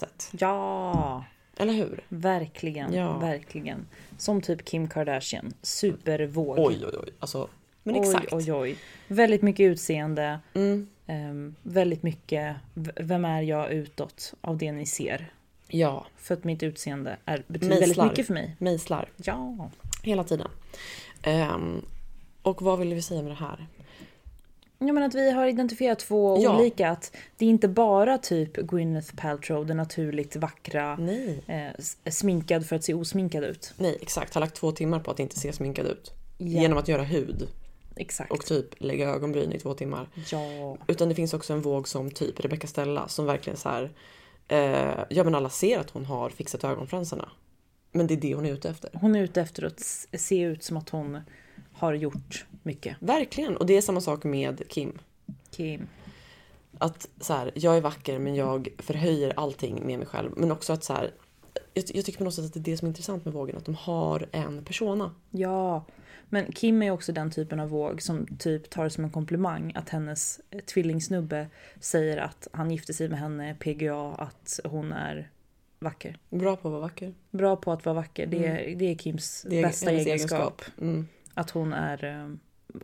S1: sätt.
S2: Ja.
S1: Eller hur?
S2: Verkligen.
S1: Ja.
S2: Verkligen. Som typ Kim Kardashian. Supervåg.
S1: Oj, oj, oj. Alltså, men exakt. Mm,
S2: Oj, oj, oj. Väldigt mycket utseende. Ehm, väldigt mycket v- vem är jag utåt av det ni ser.
S1: Ja.
S2: För att mitt utseende är, betyder väldigt
S1: Mejslar.
S2: mycket för mig.
S1: Mejslar.
S2: Ja.
S1: Hela tiden. Ehm, och vad ville vi säga med det här?
S2: Jag menar att vi har identifierat två
S1: Ja.
S2: olika. Att det är inte bara typ Gwyneth Paltrow, den naturligt vackra,
S1: Nej.
S2: eh, s- sminkad för att se osminkad ut.
S1: Nej, exakt. Har lagt två timmar på att inte se sminkad ut. Genom att göra hud
S2: Exakt.
S1: och typ lägga ögonbryn i två timmar.
S2: Ja.
S1: Utan det finns också en våg som typ Rebecca Stella som verkligen så här. Eh, ja men alla ser att hon har fixat ögonfransarna. Men det är det hon är ute efter.
S2: Hon är ute efter att s- se ut som att hon har gjort mycket.
S1: Verkligen. Och det är samma sak med Kim.
S2: Kim.
S1: att så här, jag är vacker men jag förhöjer allting med mig själv. Men också att så här, jag, jag tycker på något sätt att det är det som är intressant med vågen, att de har en persona.
S2: Ja, men Kim är också den typen av våg som typ tar det som en komplimang att hennes eh, tvillingsnubbe säger att han gifte sig med henne, PGA, att hon är vacker.
S1: Bra på att vara vacker.
S2: Bra på att vara vacker, det är, det är Kims
S1: Mm. Det är
S2: bästa
S1: hennes
S2: egenskap.
S1: Mm.
S2: Att hon är eh,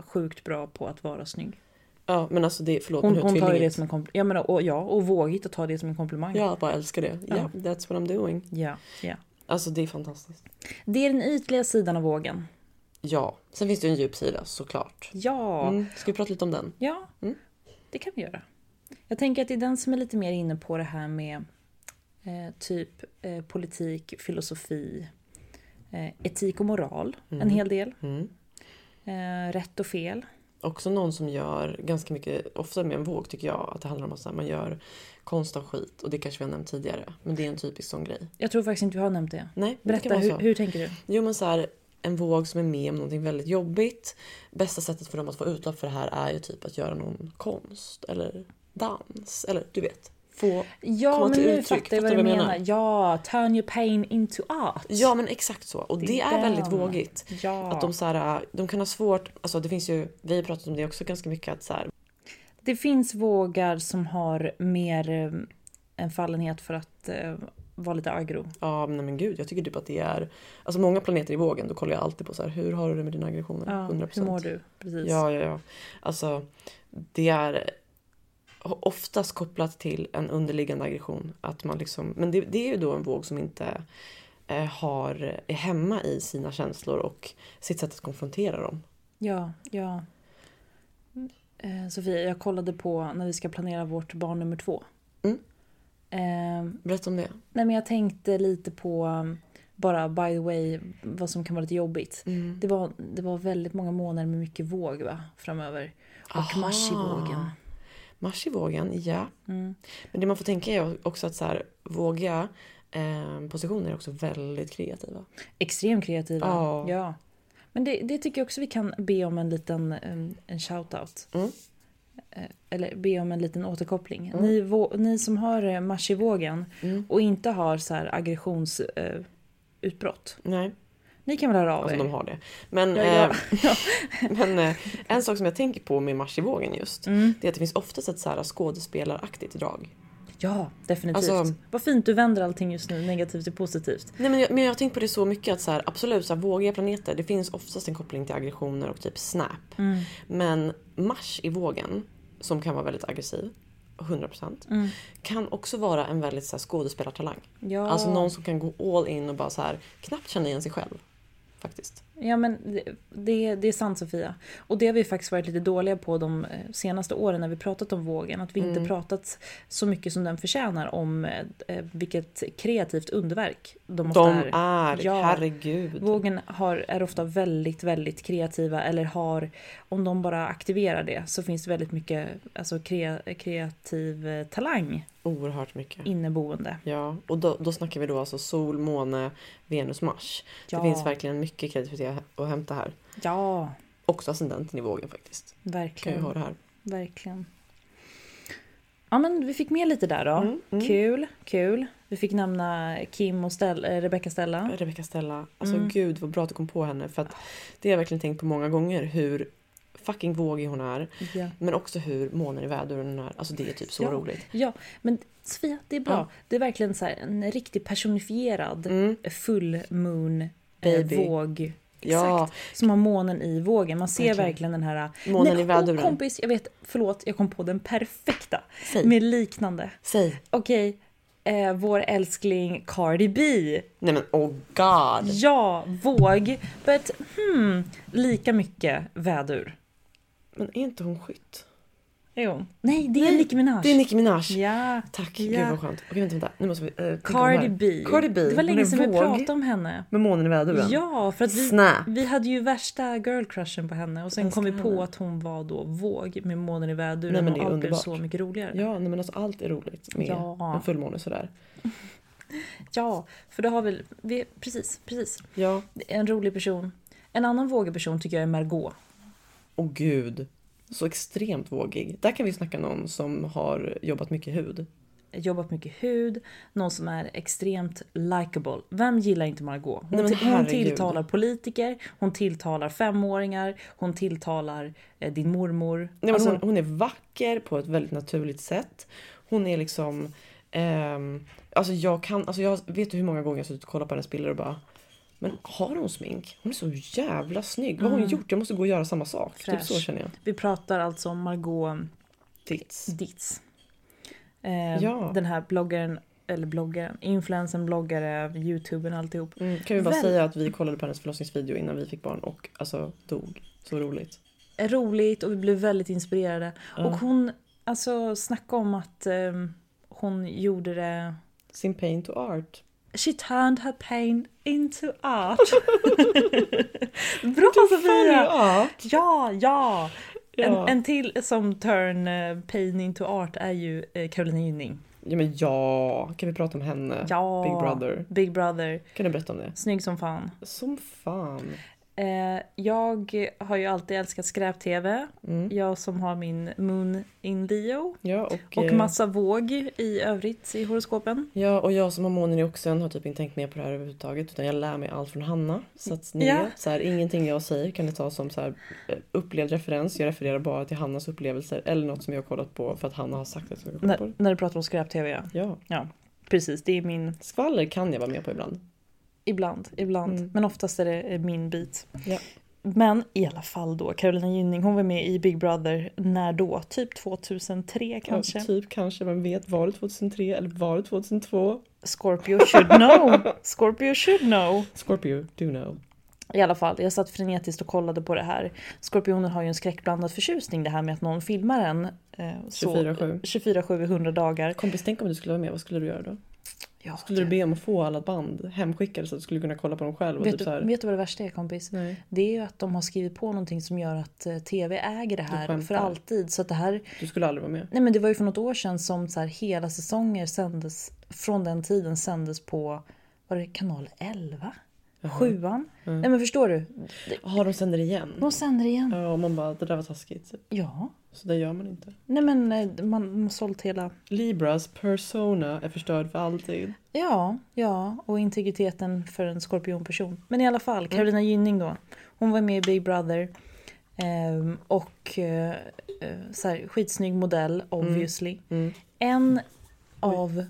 S2: sjukt bra på att vara snygg.
S1: Ja men alltså det, förlåt
S2: Hon,
S1: men
S2: hon tar ju
S1: tvilling-
S2: det som en komplimang. Jag menar, och, ja, och vågigt att ta det som en komplimang.
S1: Ja, jag bara älskar det. Ja,
S2: Ja.
S1: that's what I'm doing.
S2: ja, ja.
S1: Alltså det är fantastiskt.
S2: Det är den ytliga sidan av vågen.
S1: Ja, sen finns det ju en djup sida såklart.
S2: Ja.
S1: Mm. Ska vi prata lite om den?
S2: Ja,
S1: Mm.
S2: det kan vi göra. Jag tänker att det är den som är lite mer inne på det här med eh, typ eh, politik, filosofi,
S1: Mm.
S2: eh, etik och moral en hel del. Eh, rätt och fel.
S1: Också någon som gör ganska mycket, ofta med en våg tycker jag, att det handlar om att så här, man gör konst av skit. Och det kanske vi har nämnt tidigare, men det är en typisk sån grej.
S2: Jag tror faktiskt inte vi har nämnt det.
S1: Nej, det kan
S2: Berätta,
S1: vara
S2: hur,
S1: så.
S2: hur tänker du?
S1: Jo men så här, en våg som är med om någonting väldigt jobbigt. Bästa sättet för dem att få utlopp för det här är ju typ att göra någon konst eller dans. Eller du vet, få
S2: Ja,
S1: komma
S2: men
S1: till
S2: nu
S1: uttryck.
S2: fattar jag vad du
S1: vad
S2: menar. Ja, turn your pain into art.
S1: Ja men exakt så. Och det, är
S2: den.
S1: väldigt vågigt.
S2: Ja.
S1: Att de, så här, de kan ha svårt, alltså det finns ju, vi har pratat om det också ganska mycket att så här,
S2: Det finns vågar som har mer eh, en fallenhet för att eh, vara lite aggro.
S1: ja nej men gud jag tycker typ att det är, alltså många planeter i vågen då kollar jag alltid på så här, hur har du det med dina aggressioner?
S2: Ja,
S1: 100%.
S2: hur mår du? Precis.
S1: Ja, ja, ja. Alltså, det är oftast kopplat till en underliggande aggression. Att man liksom, men det, det är ju då en våg som inte eh, har, är hemma i sina känslor och sitt sätt att konfrontera dem.
S2: Ja, ja. Eh, Sofia, jag kollade på när vi ska planera vårt barn nummer två.
S1: Mm.
S2: Eh,
S1: Berätta om det.
S2: nej men jag tänkte lite på, um, bara by the way, vad som kan vara lite jobbigt. Det, var, det var väldigt många månader med mycket våg va, framöver. Och marsivågen.
S1: Mars i vågen, ja. Men det man får tänka är också att så här, vågiga eh, positioner är också väldigt kreativa.
S2: Extremt kreativa.
S1: Ja.
S2: Ja. Men det, det tycker jag också vi kan be om en liten en, en shout-out.
S1: Mm.
S2: Eh, Eller be om en liten återkoppling. Ni, vå- ni som har eh, mars i vågen
S1: Mm.
S2: och inte har så här aggressionsutbrott.
S1: Nej,
S2: Ni kan väl höra av
S1: alltså
S2: er?
S1: de har det. Men,
S2: Ja, ja.
S1: eh, Men eh, en sak som jag tänker på med Mars i vågen just,
S2: Mm.
S1: det är att det finns oftast ett så här skådespelaraktigt drag.
S2: ja, definitivt.
S1: Alltså-
S2: Vad fint du vänder allting just nu, negativt till positivt.
S1: Nej, men, jag, men jag har tänkt på det så mycket att så här, absolut, så här, vågiga planeter, det finns oftast en koppling till aggressioner och typ snap.
S2: Mm.
S1: Men Mars i vågen, som kan vara väldigt aggressiv, 100%
S2: Mm.
S1: kan också vara en väldigt så här, skådespelartalang.
S2: Ja.
S1: Alltså någon som kan gå all in och bara så här, knappt känna igen sig själv. Faktiskt.
S2: Ja men det- det, det är sant Sofia. Och det har vi faktiskt varit lite dåliga på de eh, senaste åren när vi pratat om vågen. Att vi
S1: Mm.
S2: inte pratat så mycket som den förtjänar om eh, vilket kreativt underverk de ofta
S1: De
S2: är.
S1: är,
S2: Ja.
S1: herregud.
S2: Vågen har, är ofta väldigt, väldigt kreativa eller har, om de bara aktiverar det så finns det väldigt mycket alltså, kre, kreativ eh,
S1: Mm.
S2: talang
S1: Oerhört mycket.
S2: inneboende.
S1: Ja, och då, då snackar vi då alltså sol, måne, Venus, Mars.
S2: Ja.
S1: Det finns verkligen mycket kreativitet att hämta här.
S2: Ja,
S1: Också ascendenten i vågen faktiskt. Kan ju
S2: verkligen.
S1: ha det här.
S2: Verkligen. Ja men vi fick med lite där
S1: Mm.
S2: då. Kul, kul. Vi fick nämna Kim och Stell, eh, Rebecca Stella.
S1: Rebecca Stella, alltså
S2: Mm.
S1: gud vad bra att du kom på henne. För att det har jag verkligen tänkt på många gånger hur fucking vågig hon är.
S2: Ja.
S1: Men också hur månen i väduren är. Alltså det är typ så
S2: Ja.
S1: roligt.
S2: Ja, men Sofia, det är bra.
S1: Ja. Mm.
S2: Det är verkligen så här en riktigt personifierad full moon
S1: Baby.
S2: Eh, våg.
S1: Ja.
S2: Exakt. Som har månen i vågen. Man ser verkligen,
S1: Verkligen.
S2: den här... eh,
S1: Månen
S2: Nej,
S1: i väduren.
S2: och Kompis, jag vet, förlåt, jag kom på den perfekta.
S1: Säg.
S2: Med liknande.
S1: Säg!
S2: Okej, eh, vår älskling Cardi B.
S1: Nej men oh god!
S2: Ja, våg. But hmm, lika mycket vädur.
S1: Men är inte hon skytt?
S2: Jo. Nej, det är Nicki Minaj.
S1: Det är Nicki Minaj!
S2: Ja.
S1: Tack,
S2: ja.
S1: gud vad skönt. Okej vänta, vänta. Nu måste vi... eh, tänka om det här.
S2: Cardi B.
S1: Cardi B.
S2: Det var
S1: Hon
S2: länge
S1: är
S2: sedan vi
S1: våg
S2: pratade om henne.
S1: Med månen i väduren.
S2: Ja, för att vi,
S1: Snap.
S2: vi hade ju värsta girl crushen på henne och sen kom vi på att hon var då våg med månen i
S1: Nej,
S2: väduren
S1: men
S2: och
S1: det är
S2: allt blev
S1: underbart.
S2: så mycket roligare. Ja.
S1: Ja, nej, men alltså allt är roligt med
S2: Ja.
S1: en fullmåne sådär.
S2: för då har vi, vi precis, precis.
S1: Ja.
S2: En rolig person. En annan vågig person tycker jag är Margot.
S1: Och gud, så extremt vågig. Där kan vi snacka någon som har jobbat mycket hud.
S2: jobbat mycket hud, någon som är extremt likable. Vem gillar inte Margot? Hon,
S1: Nej, men
S2: ti- hon
S1: herregud.
S2: tilltalar politiker, hon tilltalar femåringar, hon tilltalar eh, din mormor.
S1: Nej, men
S2: alltså,
S1: hon, hon är vacker på ett väldigt naturligt sätt. Hon är liksom... ehm, alltså jag kan... Alltså jag vet du hur många gånger jag har suttit och kollat på hennes bilder och bara... Men har hon smink? Hon är så jävla snygg. Vad har hon gjort? Jag måste gå och göra samma sak. Typ
S2: Mm. Fräsch.
S1: så känner jag.
S2: Vi pratar alltså om Margot
S1: Tits.
S2: Ditz. Eh,
S1: Ja.
S2: Den här bloggaren, eller bloggaren, influencern, bloggare, youtubern, alltihop.
S1: Mm, kan vi bara
S2: Väl-
S1: säga att vi kollade på hennes förlossningsvideo innan vi fick barn och alltså dog. Så roligt.
S2: roligt och vi blev väldigt inspirerade. Och hon, alltså snacka om att eh, hon gjorde det
S1: Sin pain to art.
S2: She turned her pain into art. Bra
S1: Fan,
S2: Sofia!
S1: ja.
S2: Ja, ja! En, en till som turn eh, pain into art är ju eh, Caroline Gynning.
S1: Ja, men ja, kan vi prata om henne?
S2: Ja.
S1: Big Brother.
S2: Big Brother.
S1: Kan du berätta om det?
S2: Snygg som fan.
S1: Som fan.
S2: Eh, jag har ju alltid älskat skräp-tv.
S1: Mm.
S2: Jag som har min moon in Leo.
S1: Ja, och,
S2: Och
S1: eh,
S2: massa våg i övrigt i horoskopen.
S1: Ja, och jag som har månen i oxen har typ inte tänkt mer på det här överhuvudtaget utan jag lär mig allt från Hanna. Så att ni
S2: Ja.
S1: vet, så här, ingenting jag säger kan ni ta som så här, eh, upplevd referens. Jag refererar bara till Hannas upplevelser eller något som jag har kollat på för att Hanna har sagt att jag ska kolla på
S2: När,
S1: det.
S2: när du pratar om skräp-tv ja.
S1: Ja.
S2: Ja, precis. Det är min,
S1: Skvaller kan jag vara med på ibland.
S2: ibland, ibland. Men oftast är det eh, min bit.
S1: Mm. Ja.
S2: Men i alla fall då, Carolina Gynning hon var med i Big Brother när då? Typ 2003 kanske?
S1: Ja, typ kanske, vem vet. Var det 2003 eller var det 2002?
S2: Scorpio should know! Scorpio should know!
S1: Scorpio, do know.
S2: I alla fall, jag satt frenetiskt och kollade på det här. Skorpioner har ju en skräckblandad förtjusning det här med att någon filmar en. Eh, så-
S1: 24/7.
S2: 24-7 i 100 dagar.
S1: Kompis, tänk om du skulle vara med, vad skulle du göra då?
S2: Ja,
S1: Skulle du be om att få alla band hemskickade så att du skulle kunna kolla på dem själv? Och
S2: vet,
S1: typ så
S2: du,
S1: här,
S2: vet du vad det värsta är kompis?
S1: Nej.
S2: Det är ju att de har skrivit på någonting som gör att eh, TV äger det här för
S1: skämtar.
S2: alltid. Så att det här
S1: Du skulle aldrig vara med.
S2: Nej men det var ju för något år sedan som så här, hela säsonger sändes, från den tiden sändes på, var det kanal 11? Sjuan? Nej men förstår du?
S1: Jaha, de sänder igen?
S2: De sänder igen.
S1: Ja, och man bara, det där var taskigt.
S2: Ja.
S1: Så det gör man inte.
S2: Nej men eh, man man har sålt hela,
S1: Libras persona är förstörd för alltid.
S2: ja, ja och integriteten för en skorpionperson. Men i alla
S1: Mm.
S2: fall, Carolina Gynning då. Hon var med i Big Brother. ehm, och eh, eh, så här, skitsnygg
S1: Mm.
S2: modell obviously. En av,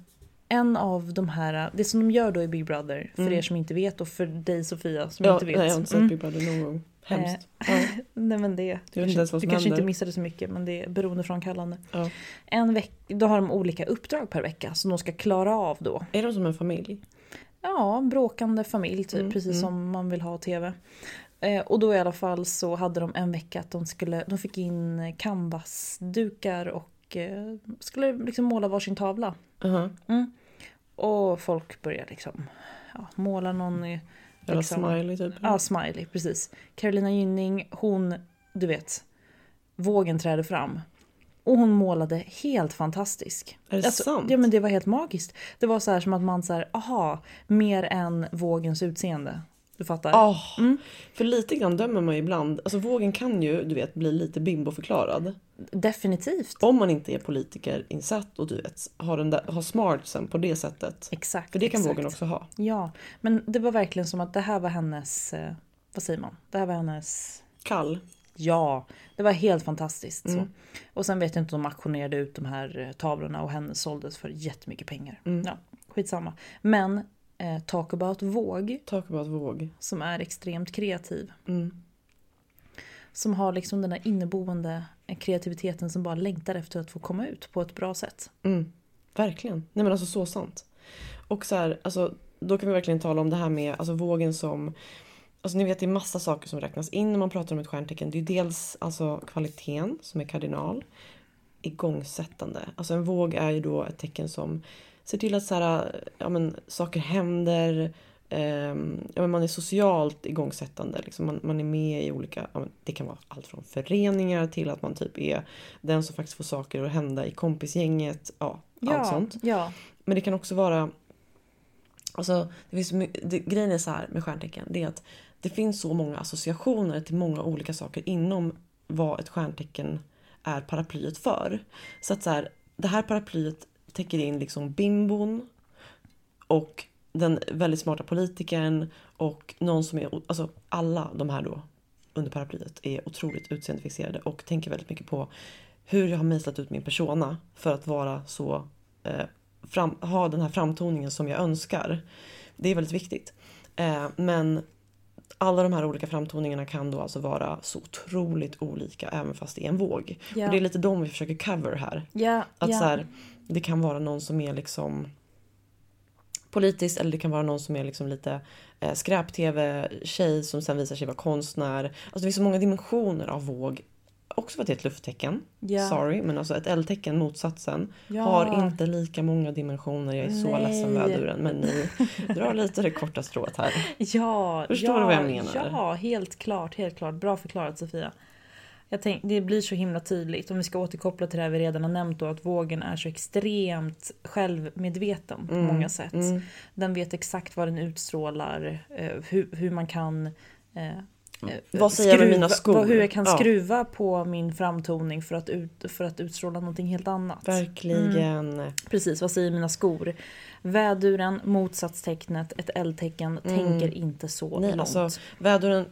S2: en av de här, det som de gör då i Big Brother, för er som inte vet och för dig Sofia som inte vet.
S1: Mm. Nej, jag har inte sett
S2: Mm.
S1: Big Brother någon gång. Hemskt.
S2: Nej men det, du
S1: inte
S2: kanske,
S1: ens vad
S2: du
S1: som
S2: kanske inte
S1: händer.
S2: missade så mycket men det är beroendeframkallande.
S1: Ja.
S2: En veck, då har de olika uppdrag per vecka som de ska klara av då.
S1: Eh, Är de som en familj?
S2: Ja, en bråkande familj typ, precis som man vill ha tv. Eh, och då i alla fall så hade de en vecka att de, skulle, de fick in canvasdukar och eh, skulle liksom måla varsin tavla. Mm.
S1: Jaha.
S2: Och folk började liksom ja, måla någon i...
S1: Eller
S2: liksom-
S1: smiley typ?
S2: Ja, smiley, precis. Carolina Gynning, hon, du vet, vågen träder fram. Och hon målade helt fantastisk. Alltså,
S1: Är det sant?
S2: Ja men det var helt magiskt. Det var så här som att man så här, aha, mer än vågens utseende. Du fattar?
S1: Åh, För lite grann dömer man ju ibland. Alltså vågen kan ju, du vet, bli lite bimboförklarad.
S2: Definitivt.
S1: Om man inte är politikerinsatt och du vet, har, den där, har smartsen på det sättet.
S2: Exakt,
S1: För det kan
S2: exakt.
S1: vågen också ha.
S2: Ja, men det var verkligen som att det här var hennes, eh, vad säger man? Det här var hennes
S1: Kall.
S2: Ja, det var helt fantastiskt.
S1: Mm.
S2: Så. Och sen vet jag inte om de auktionerade ut de här eh, tavlorna och henne såldes för jättemycket pengar.
S1: Mm.
S2: Ja, skitsamma. Men eh, Talk about våg
S1: Talk about våg.
S2: som är extremt kreativ.
S1: Mm.
S2: Som har liksom den där inneboende kreativiteten som bara längtar efter att få komma ut på ett bra sätt.
S1: Verkligen. Nej men alltså så sant. Och så här, alltså, då kan vi verkligen tala om det här med alltså, vågen som... Alltså ni vet det är massa saker som räknas in när man pratar om ett stjärntecken. Det är dels alltså, kvaliteten som är kardinal. Igångsättande. Alltså en våg är ju då ett tecken som ser till att så här, ja, men, saker händer. ehm, ja, men man är socialt igångsättande. Liksom man, man är med i olika, ja, men, det kan vara allt från föreningar till att man typ är den som faktiskt får saker att hända i kompisgänget. Ja, allt sånt.
S2: ja.
S1: Men det kan också vara... Alltså, det finns, så my- det, grejen är så här med stjärntecken. Det är att det finns så många associationer till många olika saker inom vad ett stjärntecken är paraplyet för. Så att så här, det här paraplyet täcker in liksom bimbon och den väldigt smarta politikern och någon som är... Alltså alla de här då under paraplyet är otroligt utseendefixerade och tänker väldigt mycket på hur jag har mejslat ut min persona för att vara så eh, fram, ha den här framtoningen som jag önskar. Det är väldigt viktigt. Eh, men alla de här olika framtoningarna kan då alltså vara så otroligt olika även fast det är en våg.
S2: Ja.
S1: Och det är lite de vi försöker cover här.
S2: Ja,
S1: Att
S2: ja.
S1: så här, det kan vara någon som är liksom politisk eller det kan vara någon som är liksom lite eh, skräp-tv-tjej som sen visar sig vara konstnär. Alltså det finns så många dimensioner av våg. Också för att det är ett lufttecken.
S2: Ja.
S1: Sorry, men alltså ett eldtecken, motsatsen,
S2: Ja.
S1: har inte lika många dimensioner. Jag är så
S2: Nej.
S1: ledsen väduren, men ni drar lite det korta strået här.
S2: Ja,
S1: Förstår
S2: ja,
S1: du vad jag menar?
S2: Ja, helt klart, helt klart. Bra förklarat Sofia. Jag tänk, det blir så himla tydligt, om vi ska återkoppla till det här vi redan har nämnt då, att vågen är så extremt självmedveten
S1: Mm,
S2: på många sätt. Den vet exakt vad den utstrålar, eh, hur, hur man kan eh, eh,
S1: Vad säger jag med
S2: skruva-
S1: mina skor?
S2: vad- Hur jag kan
S1: Ja.
S2: skruva på min framtoning för att, ut, för att utstråla någonting helt annat.
S1: Verkligen.
S2: Precis, vad säger mina skor? Väduren, motsatstecknet, ett eldtecken, tänker inte så
S1: Mm. Nej,
S2: långt.
S1: alltså väduren.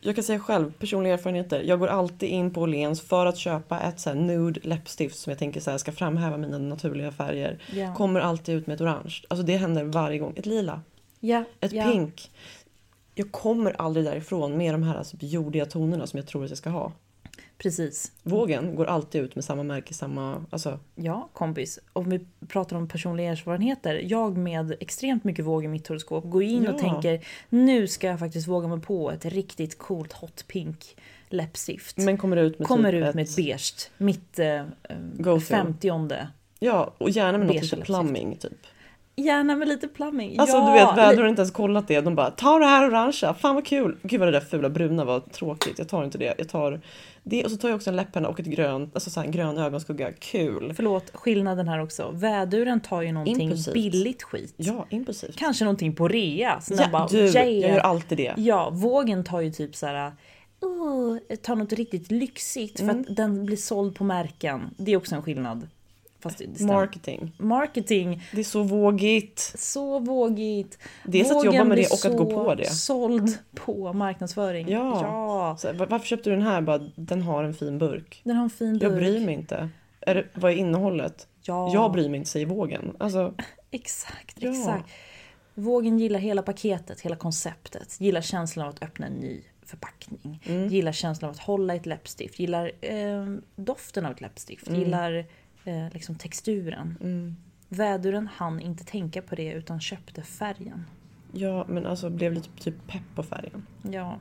S1: Jag kan säga själv, personliga erfarenheter. Jag går alltid in på Åhléns för att köpa ett så här nude läppstift som jag tänker så här ska framhäva mina naturliga färger.
S2: Ja.
S1: Kommer alltid ut med ett orange. Alltså det händer varje gång. Ett lila,
S2: ja,
S1: ett
S2: ja.
S1: pink. Jag kommer aldrig därifrån med de här alltså jordiga tonerna som jag tror att jag ska ha.
S2: Precis.
S1: Vågen går alltid ut med samma märke, samma... Alltså,
S2: Ja, kompis. Om vi pratar om personliga erfarenheter. Jag med extremt mycket våg i mitt horoskop går in
S1: Ja.
S2: och tänker nu ska jag faktiskt våga mig på ett riktigt coolt hot pink läppstift.
S1: men kommer ut med
S2: Kommer
S1: typ
S2: ut med ett beige, mitt eh,
S1: Go-to.
S2: femtionde.
S1: Ja, och gärna med något
S2: Beige
S1: lite
S2: läppstift.
S1: plumbing typ.
S2: Gärna med lite plumbing.
S1: Alltså
S2: ja,
S1: du vet,
S2: li-
S1: väder har inte ens kollat det. De bara ta det här orangea, fan vad kul. Gud vad det där fula bruna var tråkigt. Jag tar inte det. Jag tar det och så tar jag också en läpparna och ett grönt, alltså så här, en grön ögonskugga. Kul.
S2: Förlåt, skillnaden här också. Väduren tar ju någonting
S1: Impulsivt.
S2: billigt skit.
S1: Ja, impulsivt.
S2: Kanske någonting på rea. Så
S1: Ja,
S2: den bara,
S1: du, jag
S2: "Yeah."
S1: gör alltid det.
S2: Ja, vågen tar ju typ så här. "Åh, ta något riktigt lyxigt för
S1: Mm.
S2: att den blir såld på märken. Det är också en skillnad. Fast det stämmer.
S1: Marketing.
S2: Marketing,
S1: Det är så vågigt.
S2: så vågigt.
S1: Dels att
S2: Vågen
S1: jobba med
S2: blir
S1: det och att gå
S2: så
S1: på det.
S2: såld på marknadsföring.
S1: Ja.
S2: ja.
S1: Så här, "Va- varför köpte du den här? Bara, den har en fin burk.
S2: Den har en fin
S1: Jag
S2: burk.
S1: bryr mig inte. Är det, vad är innehållet?
S2: Ja.
S1: Jag bryr mig inte, säger vågen. Alltså,
S2: Exakt,
S1: Ja.
S2: exakt. Vågen gillar hela paketet, hela konceptet. Gillar känslan av att öppna en ny förpackning.
S1: Mm.
S2: Gillar känslan av att hålla i ett läppstift. Gillar eh, doften av ett läppstift.
S1: Mm.
S2: Gillar eh, liksom texturen. Väduren hann inte tänka på det utan köpte färgen.
S1: ja, men alltså blev lite typ pepp på färgen.
S2: Ja.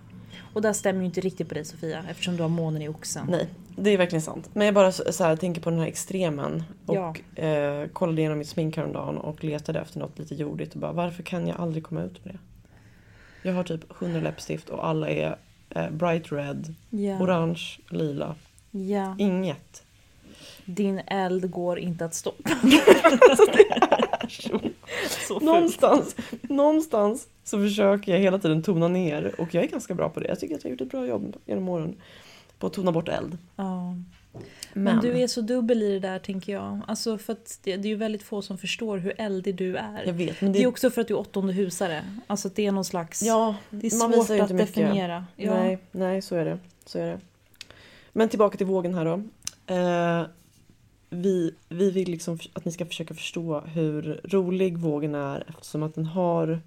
S2: Och där stämmer ju inte riktigt på dig Sofia eftersom du har månen i oxen.
S1: Nej, det är verkligen sant. Men jag bara så så här, tänker på den här extremen.
S2: Ja.
S1: Och eh, kollade igenom mitt smink häromdagen och letade efter något lite jordigt och bara varför kan jag aldrig komma ut med det? Jag har typ 100 läppstift och alla är eh, bright red,
S2: Ja.
S1: orange, lila.
S2: Ja.
S1: Inget.
S2: Din eld går inte att stoppa. så fult.
S1: Någonstans, någonstans så försöker jag hela tiden tona ner och jag är ganska bra på det. Jag tycker att jag har gjort ett bra jobb genom åren på att tona bort eld.
S2: Ja. Men. du är så dubbel i det där tänker jag. Alltså för att det, det är ju väldigt få som förstår hur eldig du är.
S1: Jag vet, men
S2: det...
S1: det-
S2: är också för att du är åttonde husare. Alltså att det är någon slags...
S1: Ja,
S2: det är
S1: man
S2: svårt
S1: visar ju
S2: att
S1: inte mycket.
S2: definiera. Ja.
S1: Nej, nej så, är det. så är det. Men tillbaka till vågen här då. Eh, vi, vi vill liksom f- att ni ska försöka förstå hur rolig vågen är eftersom att den har...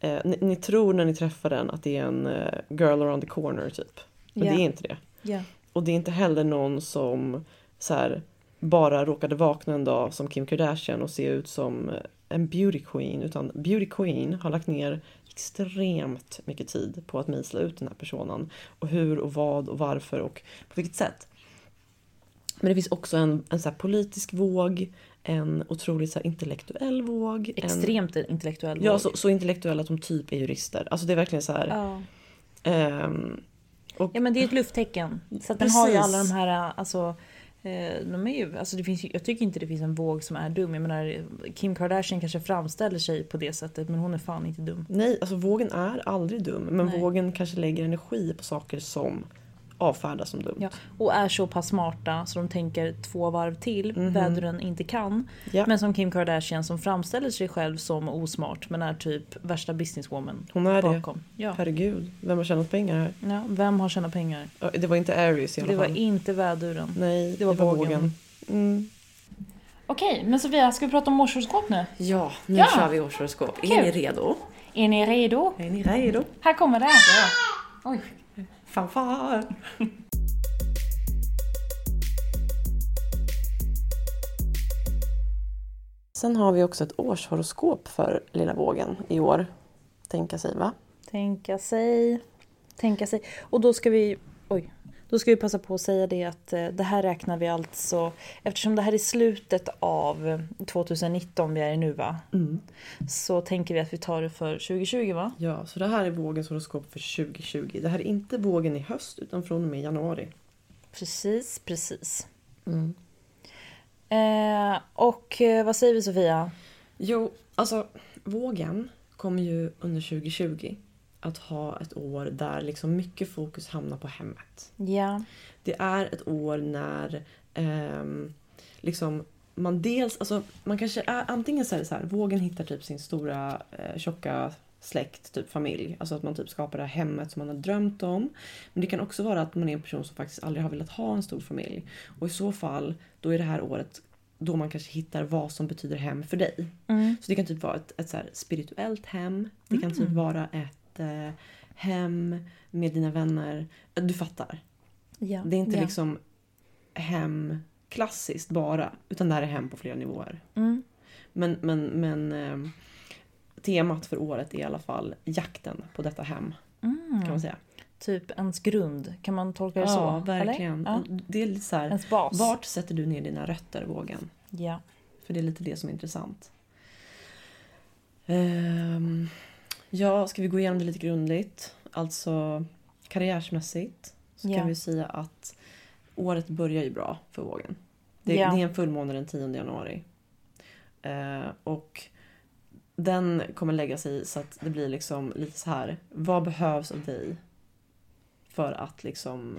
S1: Eh, ni, ni tror när ni träffar den att det är en eh, girl around the corner typ. Men
S2: Ja.
S1: det är inte det.
S2: Ja.
S1: Och det är inte heller någon som så här, bara råkade vakna en dag som Kim Kardashian och se ut som eh, en beauty queen. Utan beauty queen har lagt ner extremt mycket tid på att mejsla ut den här personen. Och hur och vad och varför och på vilket sätt. Men det finns också en, en så här politisk våg, en otroligt så här intellektuell våg. en,
S2: Extremt intellektuell.
S1: ja,
S2: våg.
S1: så, så intellektuell att de typ är jurister. Alltså det är verkligen så här...
S2: Ja.
S1: ehm, och,
S2: ja men det är ett lufttecken. Så att den har ju
S1: Precis.
S2: alla de här alltså... eh, De är ju, alltså det finns, ju- jag tycker inte det finns en våg som är dum. Jag menar, Kim Kardashian kanske framställer sig på det sättet men hon är fan inte dum.
S1: Nej, alltså vågen är aldrig dum. Men
S2: Nej.
S1: vågen kanske lägger energi på saker som avfärdas som dumt.
S2: Ja, och är så pass smarta så de tänker två varv till, väduren inte kan.
S1: Mhm. Ja.
S2: Men som Kim Kardashian som framställer sig själv som osmart men är typ värsta businesswoman
S1: Hon är
S2: bakom.
S1: det.
S2: Ja.
S1: Herregud, vem har tjänat pengar här?
S2: Ja, vem har tjänat pengar?
S1: Ja, Det var inte Aries i alla
S2: Det var
S1: fall.
S2: inte väduren.
S1: Nej,
S2: det var vågen.
S1: Mm.
S4: Okej, men Sofia, ska vi prata om årshoroskop nu?
S5: Ja, nu
S4: Ja.
S5: kör vi årshoroskop. Är
S4: Kul.
S5: ni redo?
S4: Är ni redo?
S5: Är ni redo?
S4: Här kommer det! Oj.
S5: Fanfar!
S1: Sen har vi också ett årshoroskop för lilla vågen i år. Tänka sig va?
S2: Tänka sig. Tänka sig. Och då ska vi... Oj. Då ska vi passa på att säga det att eh, det här räknar vi alltså... Eftersom det här är slutet av eh, 2019 vi är i nu va? Så tänker vi att vi tar det för 2020 va?
S1: Ja, så det här är vågens horoskop för 2020. Det här är inte vågen i höst utan från och med januari.
S2: Precis, precis. Eh, och eh, vad säger vi Sofia?
S1: Jo, alltså vågen kommer ju under 2020 att ha ett år där liksom mycket fokus hamnar på hemmet.
S2: Ja.
S1: Det är ett år när ehm, liksom man dels, alltså man kanske är antingen så är det så här, vågen hittar typ sin stora eh, tjocka släkt, typ familj. Alltså att man typ skapar det här hemmet som man har drömt om. Men det kan också vara att man är en person som faktiskt aldrig har velat ha en stor familj. Och i så fall, då är det här året då man kanske hittar vad som betyder hem för dig. Så det kan typ vara ett, ett så här spirituellt hem. Det kan typ vara ett eh, hem med dina vänner. Du fattar.
S2: ja.
S1: Det är inte liksom hem klassiskt bara, utan det här är hem på flera nivåer.
S2: Mm.
S1: Men, men, men eh, temat för året är i alla fall jakten på detta hem. Kan man säga.
S2: Typ ens grund, kan man tolka Mm. det så?
S1: ja,
S2: eller?
S1: verkligen. Mm.
S2: Ja.
S1: Det är lite så här,
S2: Ens bas.
S1: vart sätter du ner dina rötter, vågen?
S2: ja.
S1: För det är lite det som är intressant. Ehm, ja, ska vi gå igenom det lite grundligt? Alltså karriärsmässigt så
S2: Ja.
S1: kan vi säga att året börjar ju bra för vågen. Det,
S2: Ja.
S1: det är en fullmåne den 10 januari. Eh, och den kommer lägga sig i så att det blir liksom lite så här. Vad behövs av dig för att liksom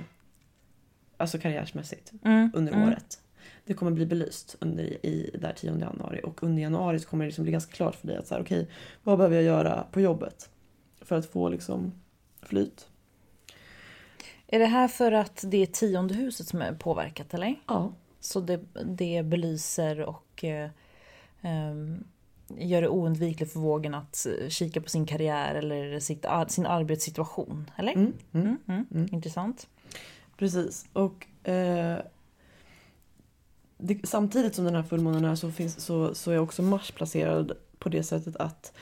S1: Alltså karriärsmässigt
S2: Mm.
S1: under året. Det kommer bli belyst under i, där 10 januari och under januari så kommer det liksom bli ganska klart för dig att så här, okej, vad behöver jag göra på jobbet för att få liksom flyt?
S2: Är det här för att det är tionde huset som är påverkat eller?
S1: Ja.
S2: Så det, det belyser och eh, ehm, gör det oundvikligt för vågen att eh, kika på sin karriär eller sitt, ar- sin arbetssituation. Eller? Mm, mm. Intressant.
S1: Precis. Och eh, det, samtidigt som den här fullmånen är så, finns, så, så är också Mars placerad på det sättet att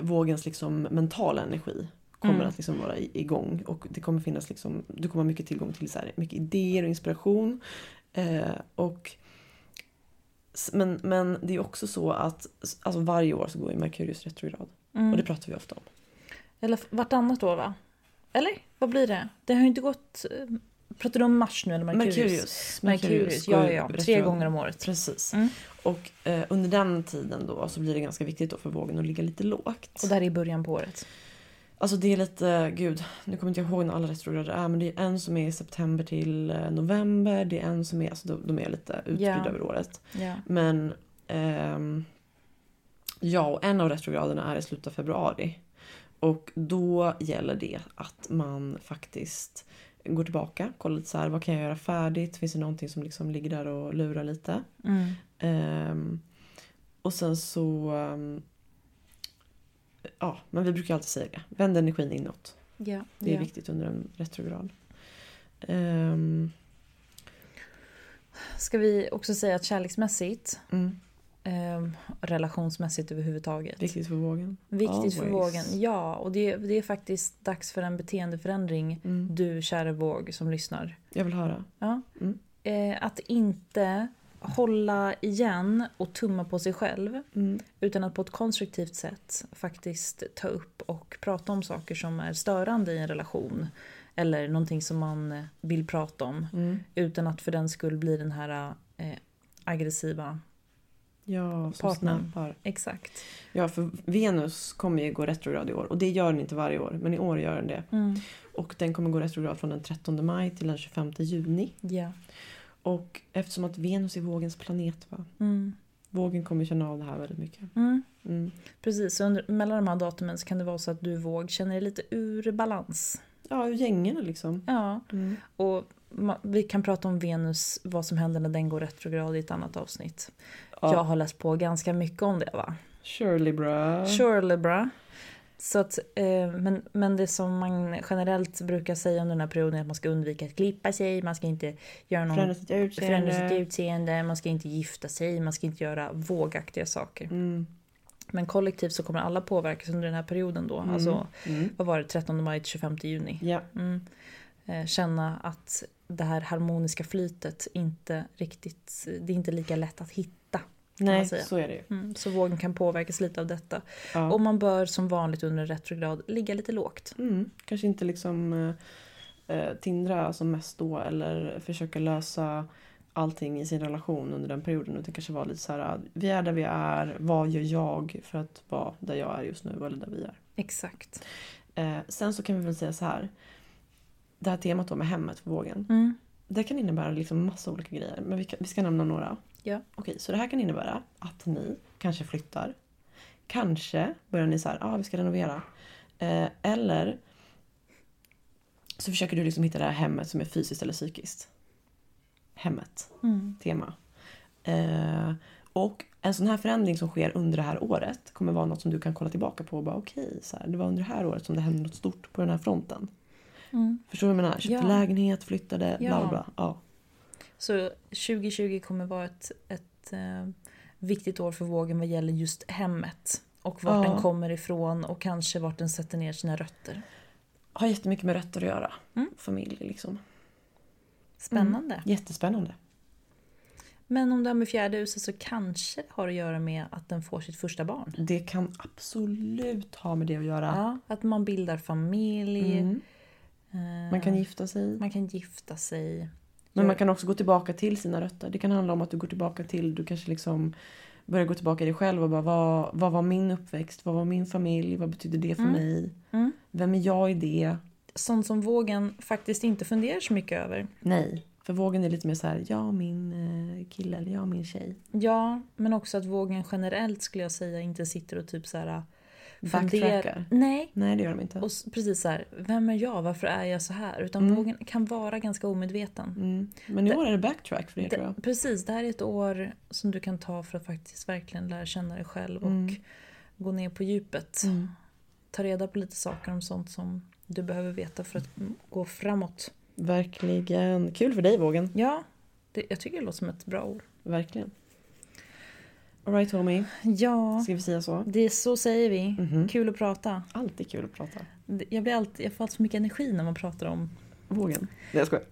S1: vågens liksom mentala energi kommer
S2: Mm.
S1: att liksom vara i- igång och det kommer finnas liksom, du kommer ha mycket tillgång till så här, mycket idéer och inspiration. Eh, och s- men, men det är också så att s- alltså varje år så går ju Merkurius retrograd. Och det pratar vi ofta om.
S2: Mm. Eller vartannat år va? Eller? Vad blir det? Det har ju inte gått... eh, Pratar du om mars nu eller Merkurius?
S1: Merkurius.
S2: Merkurius,
S1: går
S2: ja,
S1: ju
S2: ja, ja. Tre
S1: retrograd.
S2: gånger om året.
S1: Precis.
S2: Mm.
S1: Och eh, under den tiden då så blir det ganska viktigt då för vågen att ligga lite lågt.
S2: Och det här är i början på året.
S1: Alltså det är lite, gud, nu kommer inte jag ihåg när alla retrograder är men det är en som är i september till eh, november, det är en som är, alltså de, de är lite utspridda
S2: Ja.
S1: över året.
S2: Ja.
S1: Men ehm, ja, och en av retrograderna är i slutet av februari. Och då gäller det att man faktiskt går tillbaka, kollar lite så här, vad kan jag göra färdigt? Finns det någonting som liksom ligger där och lurar lite?
S2: Mm.
S1: Ehm, och sen så... ehm, ja, men vi brukar alltid säga det. Vänd energin inåt.
S2: Ja,
S1: Det är
S2: ja.
S1: viktigt under en retrograd. Ehm,
S2: Ska vi också säga att kärleksmässigt,
S1: Mm.
S2: ehm, relationsmässigt överhuvudtaget,
S1: viktigt för vågen.
S2: viktigt för
S1: Always.
S2: vågen. Ja, och det, det är faktiskt dags för en beteendeförändring,
S1: Mm.
S2: du kära våg som lyssnar.
S1: Jag vill höra.
S2: Ja. Eh, att inte hålla igen och tumma på sig själv, utan att på ett konstruktivt sätt faktiskt ta upp och prata om saker som är störande i en relation. Eller någonting som man vill prata om, utan att för den skull bli den här eh, aggressiva
S1: Ja, som
S2: Partnern.
S1: snappar.
S2: Exakt.
S1: Ja, för Venus kommer ju gå retrograd i år och det gör den inte varje år, men i år gör den det.
S2: Mm.
S1: Och den kommer gå retrograd från den 13 maj till den 25 juni.
S2: Ja.
S1: Och eftersom att Venus är vågens planet, va?
S2: Mm.
S1: Vågen kommer känna av det här väldigt mycket. Mm.
S2: Precis, så under, mellan de här datumen så kan det vara så att du våg känner dig lite ur balans.
S1: Ja, gängen liksom.
S2: Ja. Och ma- vi kan prata om Venus, vad som händer när den går retrograd i ett annat avsnitt. Jag har läst på ganska mycket om det va?
S1: Surely bra.
S2: Surely bra. Så att, eh, men, men det som man generellt brukar säga under den här perioden är att man ska undvika att klippa sig, man ska inte göra någon
S1: Förändra sitt utseende.
S2: förändra Mm. sitt utseende, man ska inte gifta sig, man ska inte göra vågaktiga saker.
S1: Mm.
S2: Men kollektivt så kommer alla påverkas under den här perioden då, alltså
S1: Mm.
S2: vad var det, 13 maj till 25 juni.
S1: Ja,
S2: Eh, Känna att det här harmoniska flytet inte riktigt, det är inte lika lätt att hitta. kan man
S1: nej,
S2: säga.
S1: så är det ju.
S2: Mm, så vågen kan påverkas lite av detta. Och man bör som vanligt under en retrograd ligga lite lågt.
S1: Mm. Kanske inte liksom eh, eh, tindra som mest då eller försöka lösa allting i sin relation under den perioden utan kanske vara lite så här, "Ah, vi är där vi är, vad gör jag för att vara där jag är just nu eller där vi är.
S2: Exakt.
S1: Eh, sen så kan vi väl säga så här. Det här temat då med hemmet för vågen.
S2: Mm.
S1: Det kan innebära liksom massa olika grejer. Men vi, kan, vi ska nämna några.
S2: Ja.
S1: Okej, så det här kan innebära att ni kanske flyttar. Kanske börjar ni så här, ah, vi ska renovera. Eh, eller så försöker du liksom hitta det här hemmet som är fysiskt eller psykiskt. Hemmet.
S2: Mm.
S1: Tema. Eh, och en sån här förändring som sker under det här året kommer vara något som du kan kolla tillbaka på och bara okej, så här, det var under det här året som det hände något stort på den här fronten. Förstår du vad jag menar? Köpte
S2: Mm. Ja.
S1: lägenhet, flyttade,
S2: Ja.
S1: bla bla bla. Ja.
S2: Så 2020 kommer vara ett, ett eh, viktigt år för vågen vad gäller just hemmet. Och vart
S1: Ja.
S2: den kommer ifrån och kanske vart den sätter ner sina rötter.
S1: Har jättemycket med rötter att göra. Familj liksom.
S2: Spännande.
S1: Jättespännande.
S2: Men om det här med fjärde huset så kanske det har att göra med att den får sitt första barn.
S1: Det kan absolut ha med det att göra.
S2: Ja, att man bildar familj,
S1: Mm. eh, Man kan gifta sig.
S2: man kan gifta sig.
S1: Men man kan också gå tillbaka till sina rötter. Det kan handla om att du går tillbaka till, du kanske liksom börjar gå tillbaka i dig själv och bara vad, vad var min uppväxt? Vad var min familj? Vad betyder det för mig? Vem är jag i det?
S2: Sånt som vågen faktiskt inte funderar så mycket över.
S1: Nej. För vågen är lite mer så här, jag och min eh, kille eller jag och min tjej.
S2: Ja, men också att vågen generellt skulle jag säga inte sitter och typ så här...
S1: Backtrackar.
S2: Nej,
S1: Nej det gör de inte.
S2: Och s- precis så här, vem är jag, varför är jag så här? Utan vågen kan vara ganska omedveten.
S1: Mm. Men i år är det backtrack för det tror jag.
S2: Det, precis, det här är ett år som du kan ta för att faktiskt verkligen lära känna dig själv och
S1: Mm.
S2: gå ner på djupet. Ta reda på lite saker om sånt som du behöver veta för att mm, gå framåt.
S1: Verkligen. Kul för dig vågen.
S2: Ja, det, jag tycker det låter som ett bra år.
S1: Verkligen. Alright homie,
S2: Ja,
S1: ska Mhm. vi säga så?
S2: det är så säger vi. Kul att prata.
S1: Alltid kul att prata.
S2: Det- Jag, blir alltid, jag får alltid så mycket energi när man pratar om,
S1: Vågen. Nej jag skojar.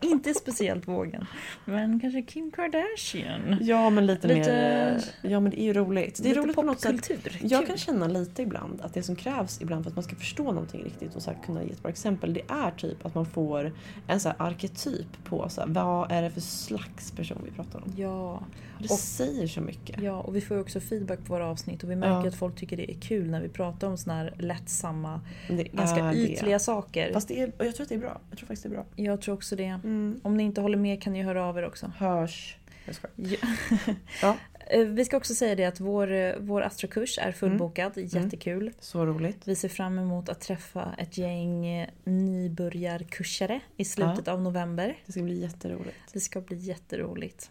S2: inte speciellt vågen, men kanske Kim Kardashian.
S1: Ja men lite,
S2: Lite-
S1: mer... eh, Ja men det är ju roligt. Det är
S2: Lite
S1: roligt på något sätt.
S2: popkultur.
S1: Jag
S2: Kul.
S1: kan känna lite ibland att det som krävs ibland för att man ska förstå någonting riktigt och så här kunna ge ett bra exempel det är typ att man får en så här arketyp på så här, vad är det för slags person vi pratar om.
S2: Ja.
S1: Det
S2: Och,
S1: säger så mycket.
S2: ja, och vi får ju också feedback på våra avsnitt och vi märker
S1: Ja.
S2: att folk tycker det är kul när vi pratar om såna här lättsamma,
S1: Men det
S2: ganska
S1: är det.
S2: ytliga saker.
S1: Fast Mm. det är, och jag tror att det är bra. Jag tror faktiskt det är bra.
S2: Jag tror också det. Om ni inte håller med kan ni höra av er också.
S1: Hörs. Jag skojar.
S2: Ja.
S1: Ja,
S2: Eh, vi ska också säga det att vår, eh, vår astrokurs
S1: Mm.
S2: är fullbokad, jättekul.
S1: så roligt.
S2: Vi ser fram emot att träffa ett gäng eh, nybörjarkursare i slutet av november.
S1: Det ska bli jätteroligt.
S2: Det ska bli jätteroligt.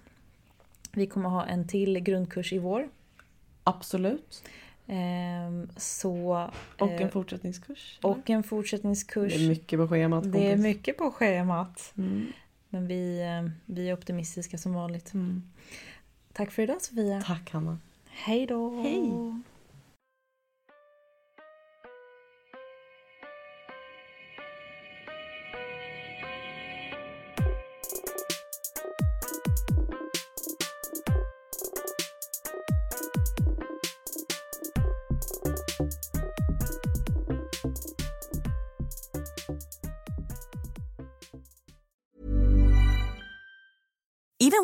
S2: Vi kommer ha en till grundkurs i vår.
S1: Absolut.
S2: Ehm, så,
S1: Och
S2: eh,
S1: en fortsättningskurs.
S2: och en fortsättningskurs.
S1: Det är mycket på schemat.
S2: Det är
S1: kompis. Mm.
S2: mycket på schemat. Men vi, eh, vi är optimistiska som vanligt. Tack för idag Sofia.
S1: Mm. Tack Hanna.
S2: Hej då.
S1: Hej.
S6: Even